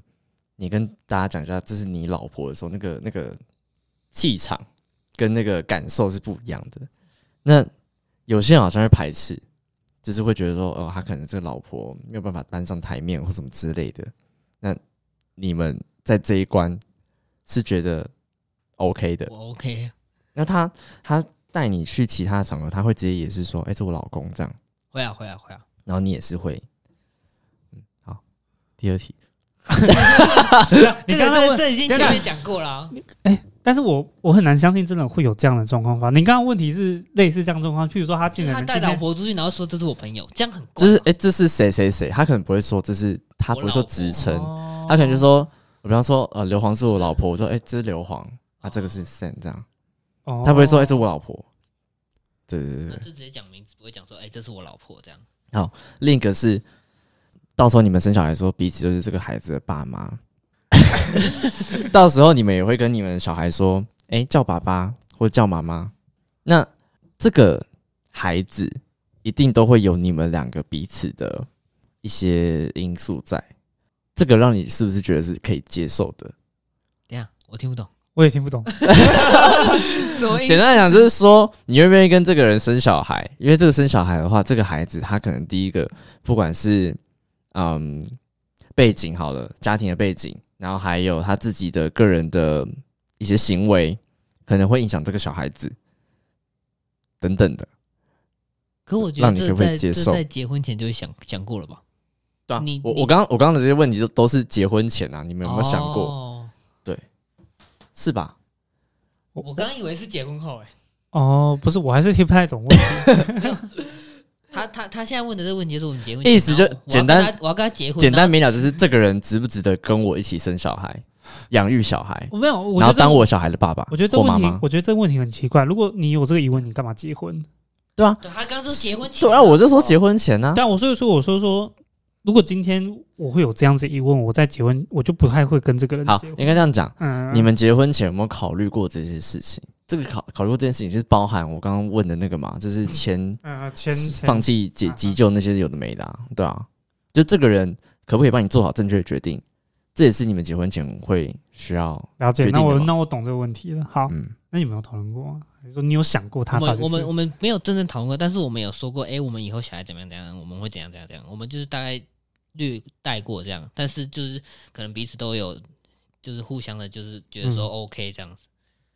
[SPEAKER 1] 你跟大家讲一下，这是你老婆的时候，那个那个气场跟那个感受是不一样的。那有些人好像会排斥，就是会觉得说，哦，他可能这个老婆没有办法搬上台面或什么之类的。那你们在这一关是觉得 OK 的？
[SPEAKER 2] 我 OK，
[SPEAKER 1] 那他他带你去其他场合，他会直接也是说，哎、这我老公这样，
[SPEAKER 2] 会啊会啊会啊，
[SPEAKER 1] 然后你也是会，嗯，好，第二题，
[SPEAKER 2] 这
[SPEAKER 3] 你
[SPEAKER 2] 个
[SPEAKER 3] 刚刚
[SPEAKER 2] 这
[SPEAKER 3] 问
[SPEAKER 2] 个这已经前
[SPEAKER 3] 等
[SPEAKER 2] 面
[SPEAKER 3] 等
[SPEAKER 2] 讲过了啊，
[SPEAKER 3] 但是我我很难相信真的会有这样的状况发生。你刚刚问题是类似这样的状况，譬如说他
[SPEAKER 2] 就
[SPEAKER 3] 进
[SPEAKER 2] 是
[SPEAKER 3] 了
[SPEAKER 2] 他
[SPEAKER 3] 人
[SPEAKER 2] 带
[SPEAKER 3] 今
[SPEAKER 2] 老
[SPEAKER 3] 天，
[SPEAKER 2] 婆出去，然后说这是我朋友，这样很怪啊
[SPEAKER 1] 就是哎、这是谁谁谁，他可能不会说这是，他不会说职称，
[SPEAKER 3] 哦
[SPEAKER 1] 他可能就说，我比方说，呃，刘皇是我老婆，我说，哎、这是刘皇，啊，这个是 Sam 这样，
[SPEAKER 3] 哦
[SPEAKER 1] 他不会说，哎、这是我老婆。对对对
[SPEAKER 2] 那
[SPEAKER 1] 对，
[SPEAKER 2] 就直接讲名字，不会讲说哎这是我老婆这样。
[SPEAKER 1] 另一个是，到时候你们生小孩的时候，彼此就是这个孩子的爸妈。 到时候你们也会跟你们小孩说：“哎、叫爸爸或叫妈妈。”那这个孩子一定都会有你们两个彼此的一些因素在，这个让你是不是觉得是可以接受的？
[SPEAKER 2] 等一下我听不懂，
[SPEAKER 3] 我也听不懂。
[SPEAKER 2] 什么意
[SPEAKER 1] 简
[SPEAKER 2] 思？
[SPEAKER 1] 单来讲，就是说你愿不愿意跟这个人生小孩？因为这个生小孩的话，这个孩子他可能第一个不管是嗯背景好了，家庭的背景，然后还有他自己的个人的一些行为，可能会影响这个小孩子等等的。
[SPEAKER 2] 可我觉
[SPEAKER 1] 让
[SPEAKER 2] 得
[SPEAKER 1] 你
[SPEAKER 2] 这
[SPEAKER 1] 可不可以
[SPEAKER 2] 在
[SPEAKER 1] 接
[SPEAKER 2] 这
[SPEAKER 1] 受
[SPEAKER 2] 在结婚前就想想过了吧？
[SPEAKER 1] 对啊
[SPEAKER 2] 你，
[SPEAKER 1] 我
[SPEAKER 2] 你
[SPEAKER 1] 我刚我刚刚的这些问题就都是结婚前啊，你们有没有想过？
[SPEAKER 2] 哦
[SPEAKER 1] 是吧？
[SPEAKER 2] 我刚以为是结婚后哎，
[SPEAKER 3] 哦，不是，我还是听不太懂问题。
[SPEAKER 2] 他他他现在问的这个问题就是我们结婚
[SPEAKER 1] 意思就
[SPEAKER 2] 然后我要
[SPEAKER 1] 简单
[SPEAKER 2] 跟他，我要跟他结婚，
[SPEAKER 1] 简单
[SPEAKER 2] 然后
[SPEAKER 1] 明了，就是这个人值不值得跟我一起生小孩、养育小孩，
[SPEAKER 3] 我没有，我
[SPEAKER 1] 然
[SPEAKER 3] 觉得
[SPEAKER 1] 后
[SPEAKER 3] 这
[SPEAKER 1] 当我小孩的爸爸
[SPEAKER 3] 我觉得这
[SPEAKER 1] 或
[SPEAKER 3] 问
[SPEAKER 1] 妈
[SPEAKER 3] 题
[SPEAKER 1] 妈，。
[SPEAKER 3] 我觉得这问题很奇怪。如果你有这个疑问，你干嘛结婚？
[SPEAKER 1] 对啊，
[SPEAKER 2] 对他刚刚说结婚前，
[SPEAKER 1] 对啊，我就说结婚前呢、啊，
[SPEAKER 3] 但我所以说，我说说，如果今天我会有这样子疑问，我在结婚，我就不太会跟这个人
[SPEAKER 1] 好
[SPEAKER 3] 结，婚。
[SPEAKER 1] 应该这样讲。
[SPEAKER 3] 嗯，
[SPEAKER 1] 你们结婚前有没有考虑过这些事情？这个考考虑过这件事情是包含我刚刚问的那个嘛，就是前
[SPEAKER 3] 呃，前
[SPEAKER 1] 放弃
[SPEAKER 3] 嗯
[SPEAKER 1] 解急救那些有的没的、啊，对啊，就这个人可不可以帮你做好正确的决定，这也是你们结婚前会需要，
[SPEAKER 3] 了解
[SPEAKER 1] 决，
[SPEAKER 3] 那
[SPEAKER 1] 定的
[SPEAKER 3] 我
[SPEAKER 1] 嘛
[SPEAKER 3] 那我懂这个问题了。好，
[SPEAKER 1] 嗯，
[SPEAKER 3] 那你们有讨论过吗？还是说你有想过他
[SPEAKER 2] 我
[SPEAKER 3] 到
[SPEAKER 2] 们
[SPEAKER 3] 底
[SPEAKER 2] 我们我
[SPEAKER 3] 是？
[SPEAKER 2] 们没有真正讨论过，但是我们有说过，哎、我们以后小孩怎么样怎么样，我们会怎样怎样怎样，我们就是大概略带过这样，但是就是可能彼此都有就是互相的，就是觉得说
[SPEAKER 3] 嗯
[SPEAKER 2] OK 这样子，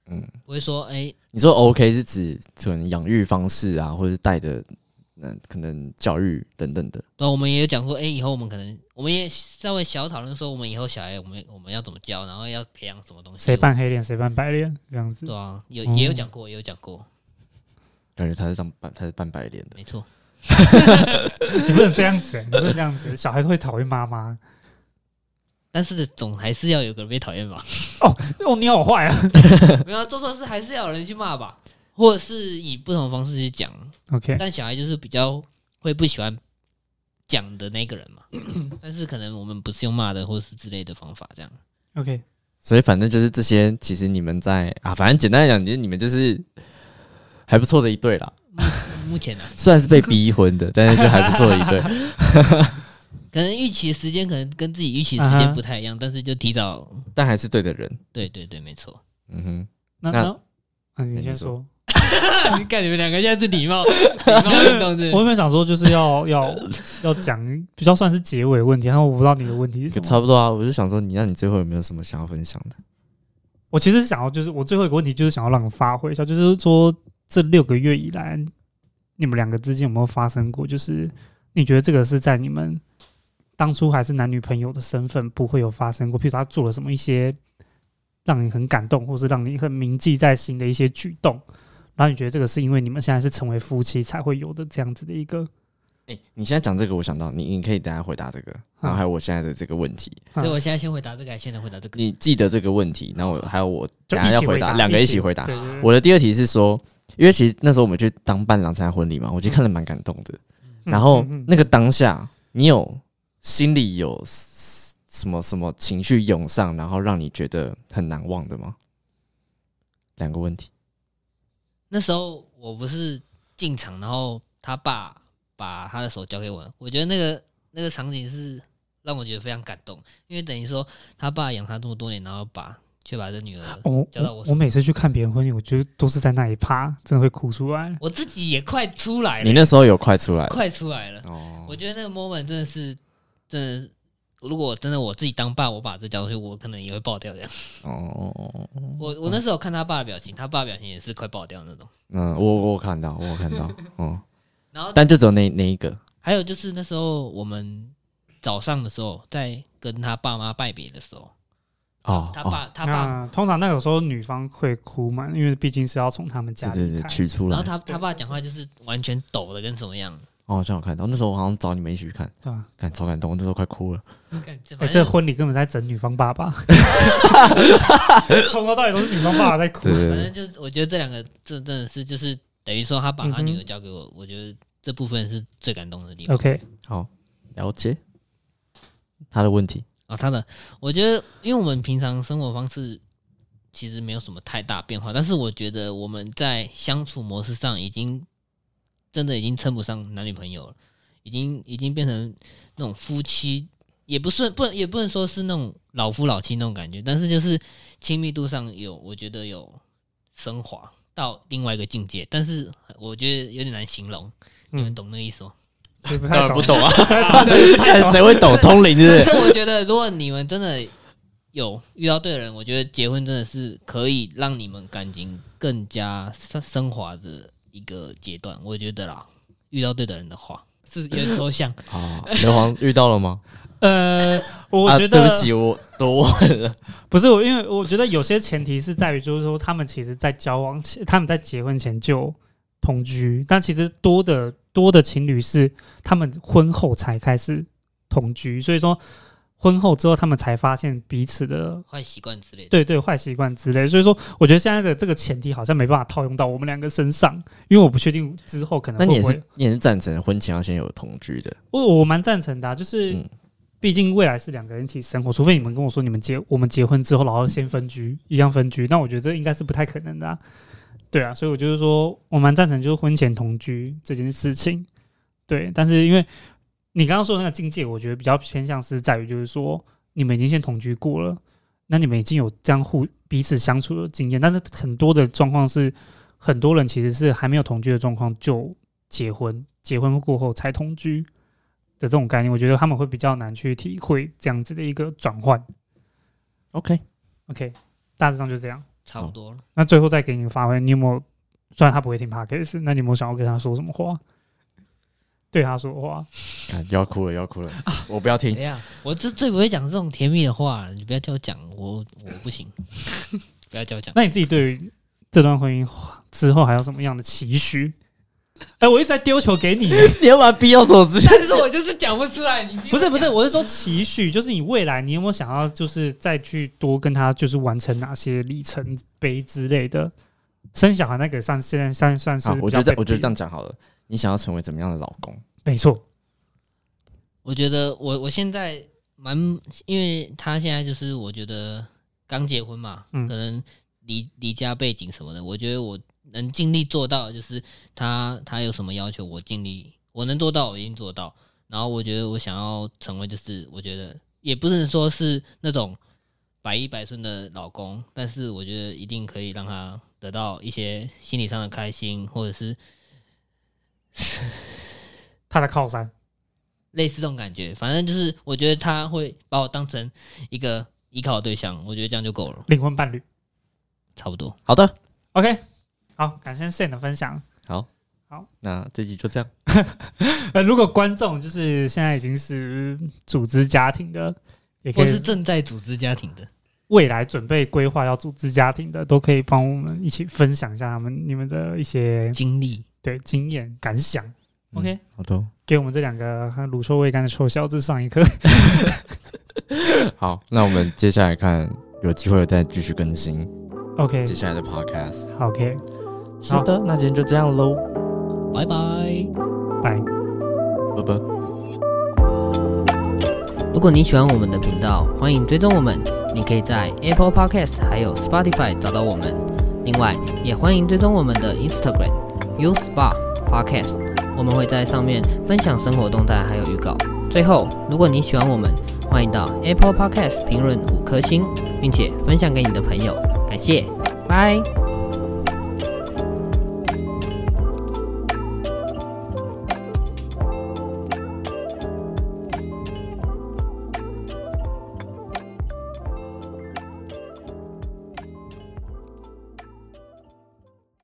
[SPEAKER 1] 嗯，
[SPEAKER 2] 不会说哎、
[SPEAKER 1] 你说 OK 是指可能养育方式啊，或者是带的，那、可能教育等等的，
[SPEAKER 2] 那我们也有讲说，哎、以后我们可能我们也稍微小讨论说，我们以后小孩我们我们要怎么教，然后要培养什么东西，
[SPEAKER 3] 谁扮黑脸，谁扮白脸，这样子
[SPEAKER 2] 对。啊，有
[SPEAKER 3] 哦
[SPEAKER 2] 也有讲过，也有讲过，
[SPEAKER 1] 感觉他是当扮他是扮白脸的，
[SPEAKER 2] 没错，
[SPEAKER 3] 你不能这样子、欸，你不能这样子、小孩子会讨厌妈妈。
[SPEAKER 2] 但是总还是要有个人被讨厌吧。
[SPEAKER 3] 哦，你好坏啊。
[SPEAKER 2] 没有啊做错事还是要有人去骂吧，或者是以不同的方式去讲。
[SPEAKER 3] OK，
[SPEAKER 2] 但小孩就是比较会不喜欢讲的那个人嘛， 但是可能我们不是用骂的或是之类的方法这样。
[SPEAKER 3] OK，
[SPEAKER 1] 所以反正就是这些，其实你们在啊，反正简单来讲，你你们就是还不错的一对啦，
[SPEAKER 2] 目目前呢、啊，
[SPEAKER 1] 虽然是被逼婚的，但是就还不错的一 对。
[SPEAKER 2] 可能预期时间可能跟自己预期时
[SPEAKER 3] 啊
[SPEAKER 2] 间
[SPEAKER 3] 哈
[SPEAKER 2] 不太一样，但是就提早。
[SPEAKER 1] 但还是对的人。
[SPEAKER 2] 对对对，没错。
[SPEAKER 1] 嗯哼，
[SPEAKER 3] 那
[SPEAKER 1] 那
[SPEAKER 3] 那嗯，你
[SPEAKER 1] 你
[SPEAKER 3] 先
[SPEAKER 1] 说
[SPEAKER 3] 说。
[SPEAKER 2] 你看你们两个现在是礼貌礼貌运动
[SPEAKER 3] 我
[SPEAKER 2] 是
[SPEAKER 3] 原本想说就是要要要讲比较算是结尾问题，然后我不知道你的问题 是什么。
[SPEAKER 1] 差不多啊。我就想说，你那你最后有没有什么想要分享的？
[SPEAKER 3] 我其实想要就是我最后一个问题就是想要让你发挥一下，就是说这六个月以来，你们两个之间有没有发生过？就是你觉得这个是在你们当初还是男女朋友的身份不会有发生过？譬如说他做了什么一些让你很感动，或是让你很铭记在心的一些举动，然后你觉得这个是因为你们现在是成为夫妻才会有的这样子的一个
[SPEAKER 1] 哎、你现在讲这个，我想到你，你可以等下回答这个，然后还有我现在的这个问题，
[SPEAKER 2] 所以我现在先回答这个，还是先来回答这个。
[SPEAKER 1] 你记得这个问题，然后我还有我
[SPEAKER 3] 就
[SPEAKER 1] 等下
[SPEAKER 3] 一
[SPEAKER 1] 要
[SPEAKER 3] 起
[SPEAKER 1] 回
[SPEAKER 3] 答，
[SPEAKER 1] 两个一起回答。
[SPEAKER 3] 对对对
[SPEAKER 1] 我的第二题是说，因为其实那时候我们去当伴郎参加婚礼嘛，我其实看了蛮感动的。然后
[SPEAKER 3] 嗯嗯嗯
[SPEAKER 1] 那个当下，你有心里有 s- 什么什么情绪涌上，然后让你觉得很难忘的吗？两个问题。
[SPEAKER 2] 那时候我不是进场，然后他爸把他的手交给我，我觉得那个那个场景是让我觉得非常感动，因为等于说他爸养他这么多年，然后把却把这女儿，
[SPEAKER 3] 哦
[SPEAKER 2] 交到我
[SPEAKER 3] 我我每次去看别人婚礼，我觉得都是在那一趴，真的会哭出来。
[SPEAKER 2] 我自己也快出来
[SPEAKER 1] 你
[SPEAKER 2] 了，
[SPEAKER 1] 那时候有快出来了
[SPEAKER 2] 哎快出来了。
[SPEAKER 1] 哦
[SPEAKER 2] 我觉得那个 moment 真的是，真的，如果真的我自己当爸，我把这交出去，我可能也会爆掉这样。
[SPEAKER 1] 哦，
[SPEAKER 2] 我我那时候看他爸的表情，他爸的表情也是快爆掉那种。
[SPEAKER 1] 嗯，我我有看到，我有看到，哦，
[SPEAKER 2] 然后
[SPEAKER 1] 但就只有那那一个，
[SPEAKER 2] 还有就是那时候我们早上的时候，在跟他爸妈拜别的时候，
[SPEAKER 1] 哦，
[SPEAKER 2] 他
[SPEAKER 1] 哦，
[SPEAKER 2] 爸他爸，
[SPEAKER 3] 那通常那有时候女方会哭嘛，因为毕竟是要从他们
[SPEAKER 1] 对
[SPEAKER 3] 家
[SPEAKER 1] 对
[SPEAKER 3] 离
[SPEAKER 1] 对，
[SPEAKER 3] 开。
[SPEAKER 1] 取出
[SPEAKER 2] 然后
[SPEAKER 1] 来，
[SPEAKER 2] 他他爸讲话就是完全抖的跟什么样，
[SPEAKER 1] 哦，好像有看到，那时候我好像找你们一起去看，
[SPEAKER 3] 对吧？
[SPEAKER 1] 看超感动，我那时候快哭了，
[SPEAKER 2] 干这嗯
[SPEAKER 3] 哎，
[SPEAKER 2] 反
[SPEAKER 3] 这
[SPEAKER 2] 正
[SPEAKER 3] 婚礼根本在整女方爸 爸，从头到尾都是女方爸爸在哭。
[SPEAKER 2] 反正就是我觉得这两个这真的是就是等于说他把他女儿交给我，我觉得这部分是最感动的地方。
[SPEAKER 3] OK，
[SPEAKER 1] 好，了解他的问题，
[SPEAKER 2] 啊，他的，我觉得，因为我们平常生活方式其实没有什么太大变化，但是我觉得我们在相处模式上已经真的已经称不上男女朋友了，已经已经变成那种夫妻，也不是不也不能说是那种老夫老妻那种感觉，但是就是亲密度上有，我觉得有升华到另外一个境界，但是我觉得有点难形容，你们
[SPEAKER 3] 嗯，
[SPEAKER 2] 懂那个意思吗？
[SPEAKER 3] 所以不太懂，
[SPEAKER 1] 懂啊，
[SPEAKER 3] 不太懂。
[SPEAKER 1] 看谁会懂通灵，
[SPEAKER 2] 但
[SPEAKER 1] 对不对？
[SPEAKER 2] 是我觉得，如果你们真的有遇到对的人，我觉得结婚真的是可以让你们感情更加升升华的一个阶段。我觉得啦，遇到对的人的话，是有点抽 象。
[SPEAKER 1] 好，刘皇遇到了吗？
[SPEAKER 3] 呃，我
[SPEAKER 1] 啊
[SPEAKER 3] 觉
[SPEAKER 1] 对
[SPEAKER 3] 得
[SPEAKER 1] 不起，我多问 了，
[SPEAKER 3] 不是我，因为我觉得有些前提是在于，就是说他们其实在交往前，他们在结婚前就同居，但其实多的多的情侣是他们婚后才开始同居，所以说婚后之后他们才发现彼此的
[SPEAKER 2] 坏习惯之类的。
[SPEAKER 3] 对对坏习惯之类。所以说，我觉得现在的这个前提好像没办法套用到我们两个身上，因为我不确定之后可能
[SPEAKER 1] 那
[SPEAKER 3] 会
[SPEAKER 1] 你也
[SPEAKER 3] 不会
[SPEAKER 1] 是你也是赞成婚前要先有同居的，
[SPEAKER 3] 我我蛮赞成的啊、就是
[SPEAKER 1] 嗯
[SPEAKER 3] 毕竟未来是两个人一起生活，除非你们跟我说你们结我们结婚之后，然后先分居，一样分居，那我觉得这应该是不太可能的、啊。对啊，所以我就是说，我蛮赞成就是婚前同居这件事情。对，但是因为你刚刚说的那个境界，我觉得比较偏向是在于就是说，你们已经先同居过了，那你们已经有这样互彼此相处的经验，但是很多的状况是，很多人其实是还没有同居的状况就结婚，结婚过后才同居。的这种概念，我觉得他们会比较难去体会这样子的一个转换。
[SPEAKER 1] OK，
[SPEAKER 3] OK，大致上就这样。
[SPEAKER 2] 差不多了。
[SPEAKER 3] 那最后再给你发挥，你有没有？虽然他不会听 podcast，那你有没有想要跟他说什么话？对他说的话，
[SPEAKER 1] 看啊又要哭了，又要哭了，我不要
[SPEAKER 2] 哎
[SPEAKER 1] 听。
[SPEAKER 2] 呀，我这最不会讲这种甜蜜的话，你不要叫我讲，我我不行， 不要叫我讲。
[SPEAKER 3] 那你自己对于这段婚姻之后还有什么样的期许？哎、我一直在丢球给你，
[SPEAKER 1] 你要把他逼到什么直接？
[SPEAKER 2] 但是我就是讲不出来，你
[SPEAKER 3] 不是不是，
[SPEAKER 2] 我
[SPEAKER 3] 我是说期许，就是你未来你有没有想要，就是再去多跟他就是完成哪些里程碑之类的？生小孩那个算现在算算是
[SPEAKER 1] 好，我觉得
[SPEAKER 3] 比较
[SPEAKER 1] 这
[SPEAKER 3] 被
[SPEAKER 1] 我觉得
[SPEAKER 3] 逼
[SPEAKER 1] 这样讲好了。你想要成为怎么样的老公？
[SPEAKER 3] 没错，
[SPEAKER 2] 我觉得我我现在蛮，因为他现在就是我觉得刚结婚嘛，
[SPEAKER 3] 嗯
[SPEAKER 2] 可能离离家背景什么的，我觉得我能尽力做到，就是他他有什么要求，我尽力我能做到，我一定做到。然后我觉得我想要成为，就是我觉得也不是说是那种百依百顺的老公，但是我觉得一定可以让他得到一些心理上的开心，或者是
[SPEAKER 3] 他的靠山。
[SPEAKER 2] 类似这种感觉。反正就是，我觉得他会把我当成一个依靠的对象，我觉得这样就够了，
[SPEAKER 3] 灵魂伴侣。
[SPEAKER 2] 差不多。
[SPEAKER 1] 好的，
[SPEAKER 3] OK，好，感谢 Sen 的分享。
[SPEAKER 1] 好，
[SPEAKER 3] 好，
[SPEAKER 1] 那这集就这样。
[SPEAKER 3] 呃，如果观众就是现在已经是组织家庭的，也可
[SPEAKER 2] 我是
[SPEAKER 3] 以
[SPEAKER 2] 正在组织家庭的，
[SPEAKER 3] 未来准备规划要组织家庭的，都可以帮我们一起分享一下他们你们的一些
[SPEAKER 2] 经历
[SPEAKER 3] 对经验感想。
[SPEAKER 1] 嗯
[SPEAKER 3] OK，
[SPEAKER 1] 好的，
[SPEAKER 3] 给我们这两个和乳臭未干的臭小子上一课。
[SPEAKER 1] 好，那我们接下来看有机会再继续更新
[SPEAKER 3] OK，
[SPEAKER 1] 接下来的 Podcast。
[SPEAKER 3] 好 OK，
[SPEAKER 1] 是的，那今天就这样喽，
[SPEAKER 2] 拜拜。
[SPEAKER 3] 拜。
[SPEAKER 1] 拜拜。
[SPEAKER 2] 如果你喜欢我们的频道，欢迎追踪我们。你可以在 Apple Podcast 还有 Spotify 找到我们。另外，也欢迎追踪我们的 Instagram U Spa Podcast，我们会在上面分享生活动态还有预告。最后，如果你喜欢我们，欢迎到 Apple Podcast 评论五颗星，并且分享给你的朋友。感谢，拜。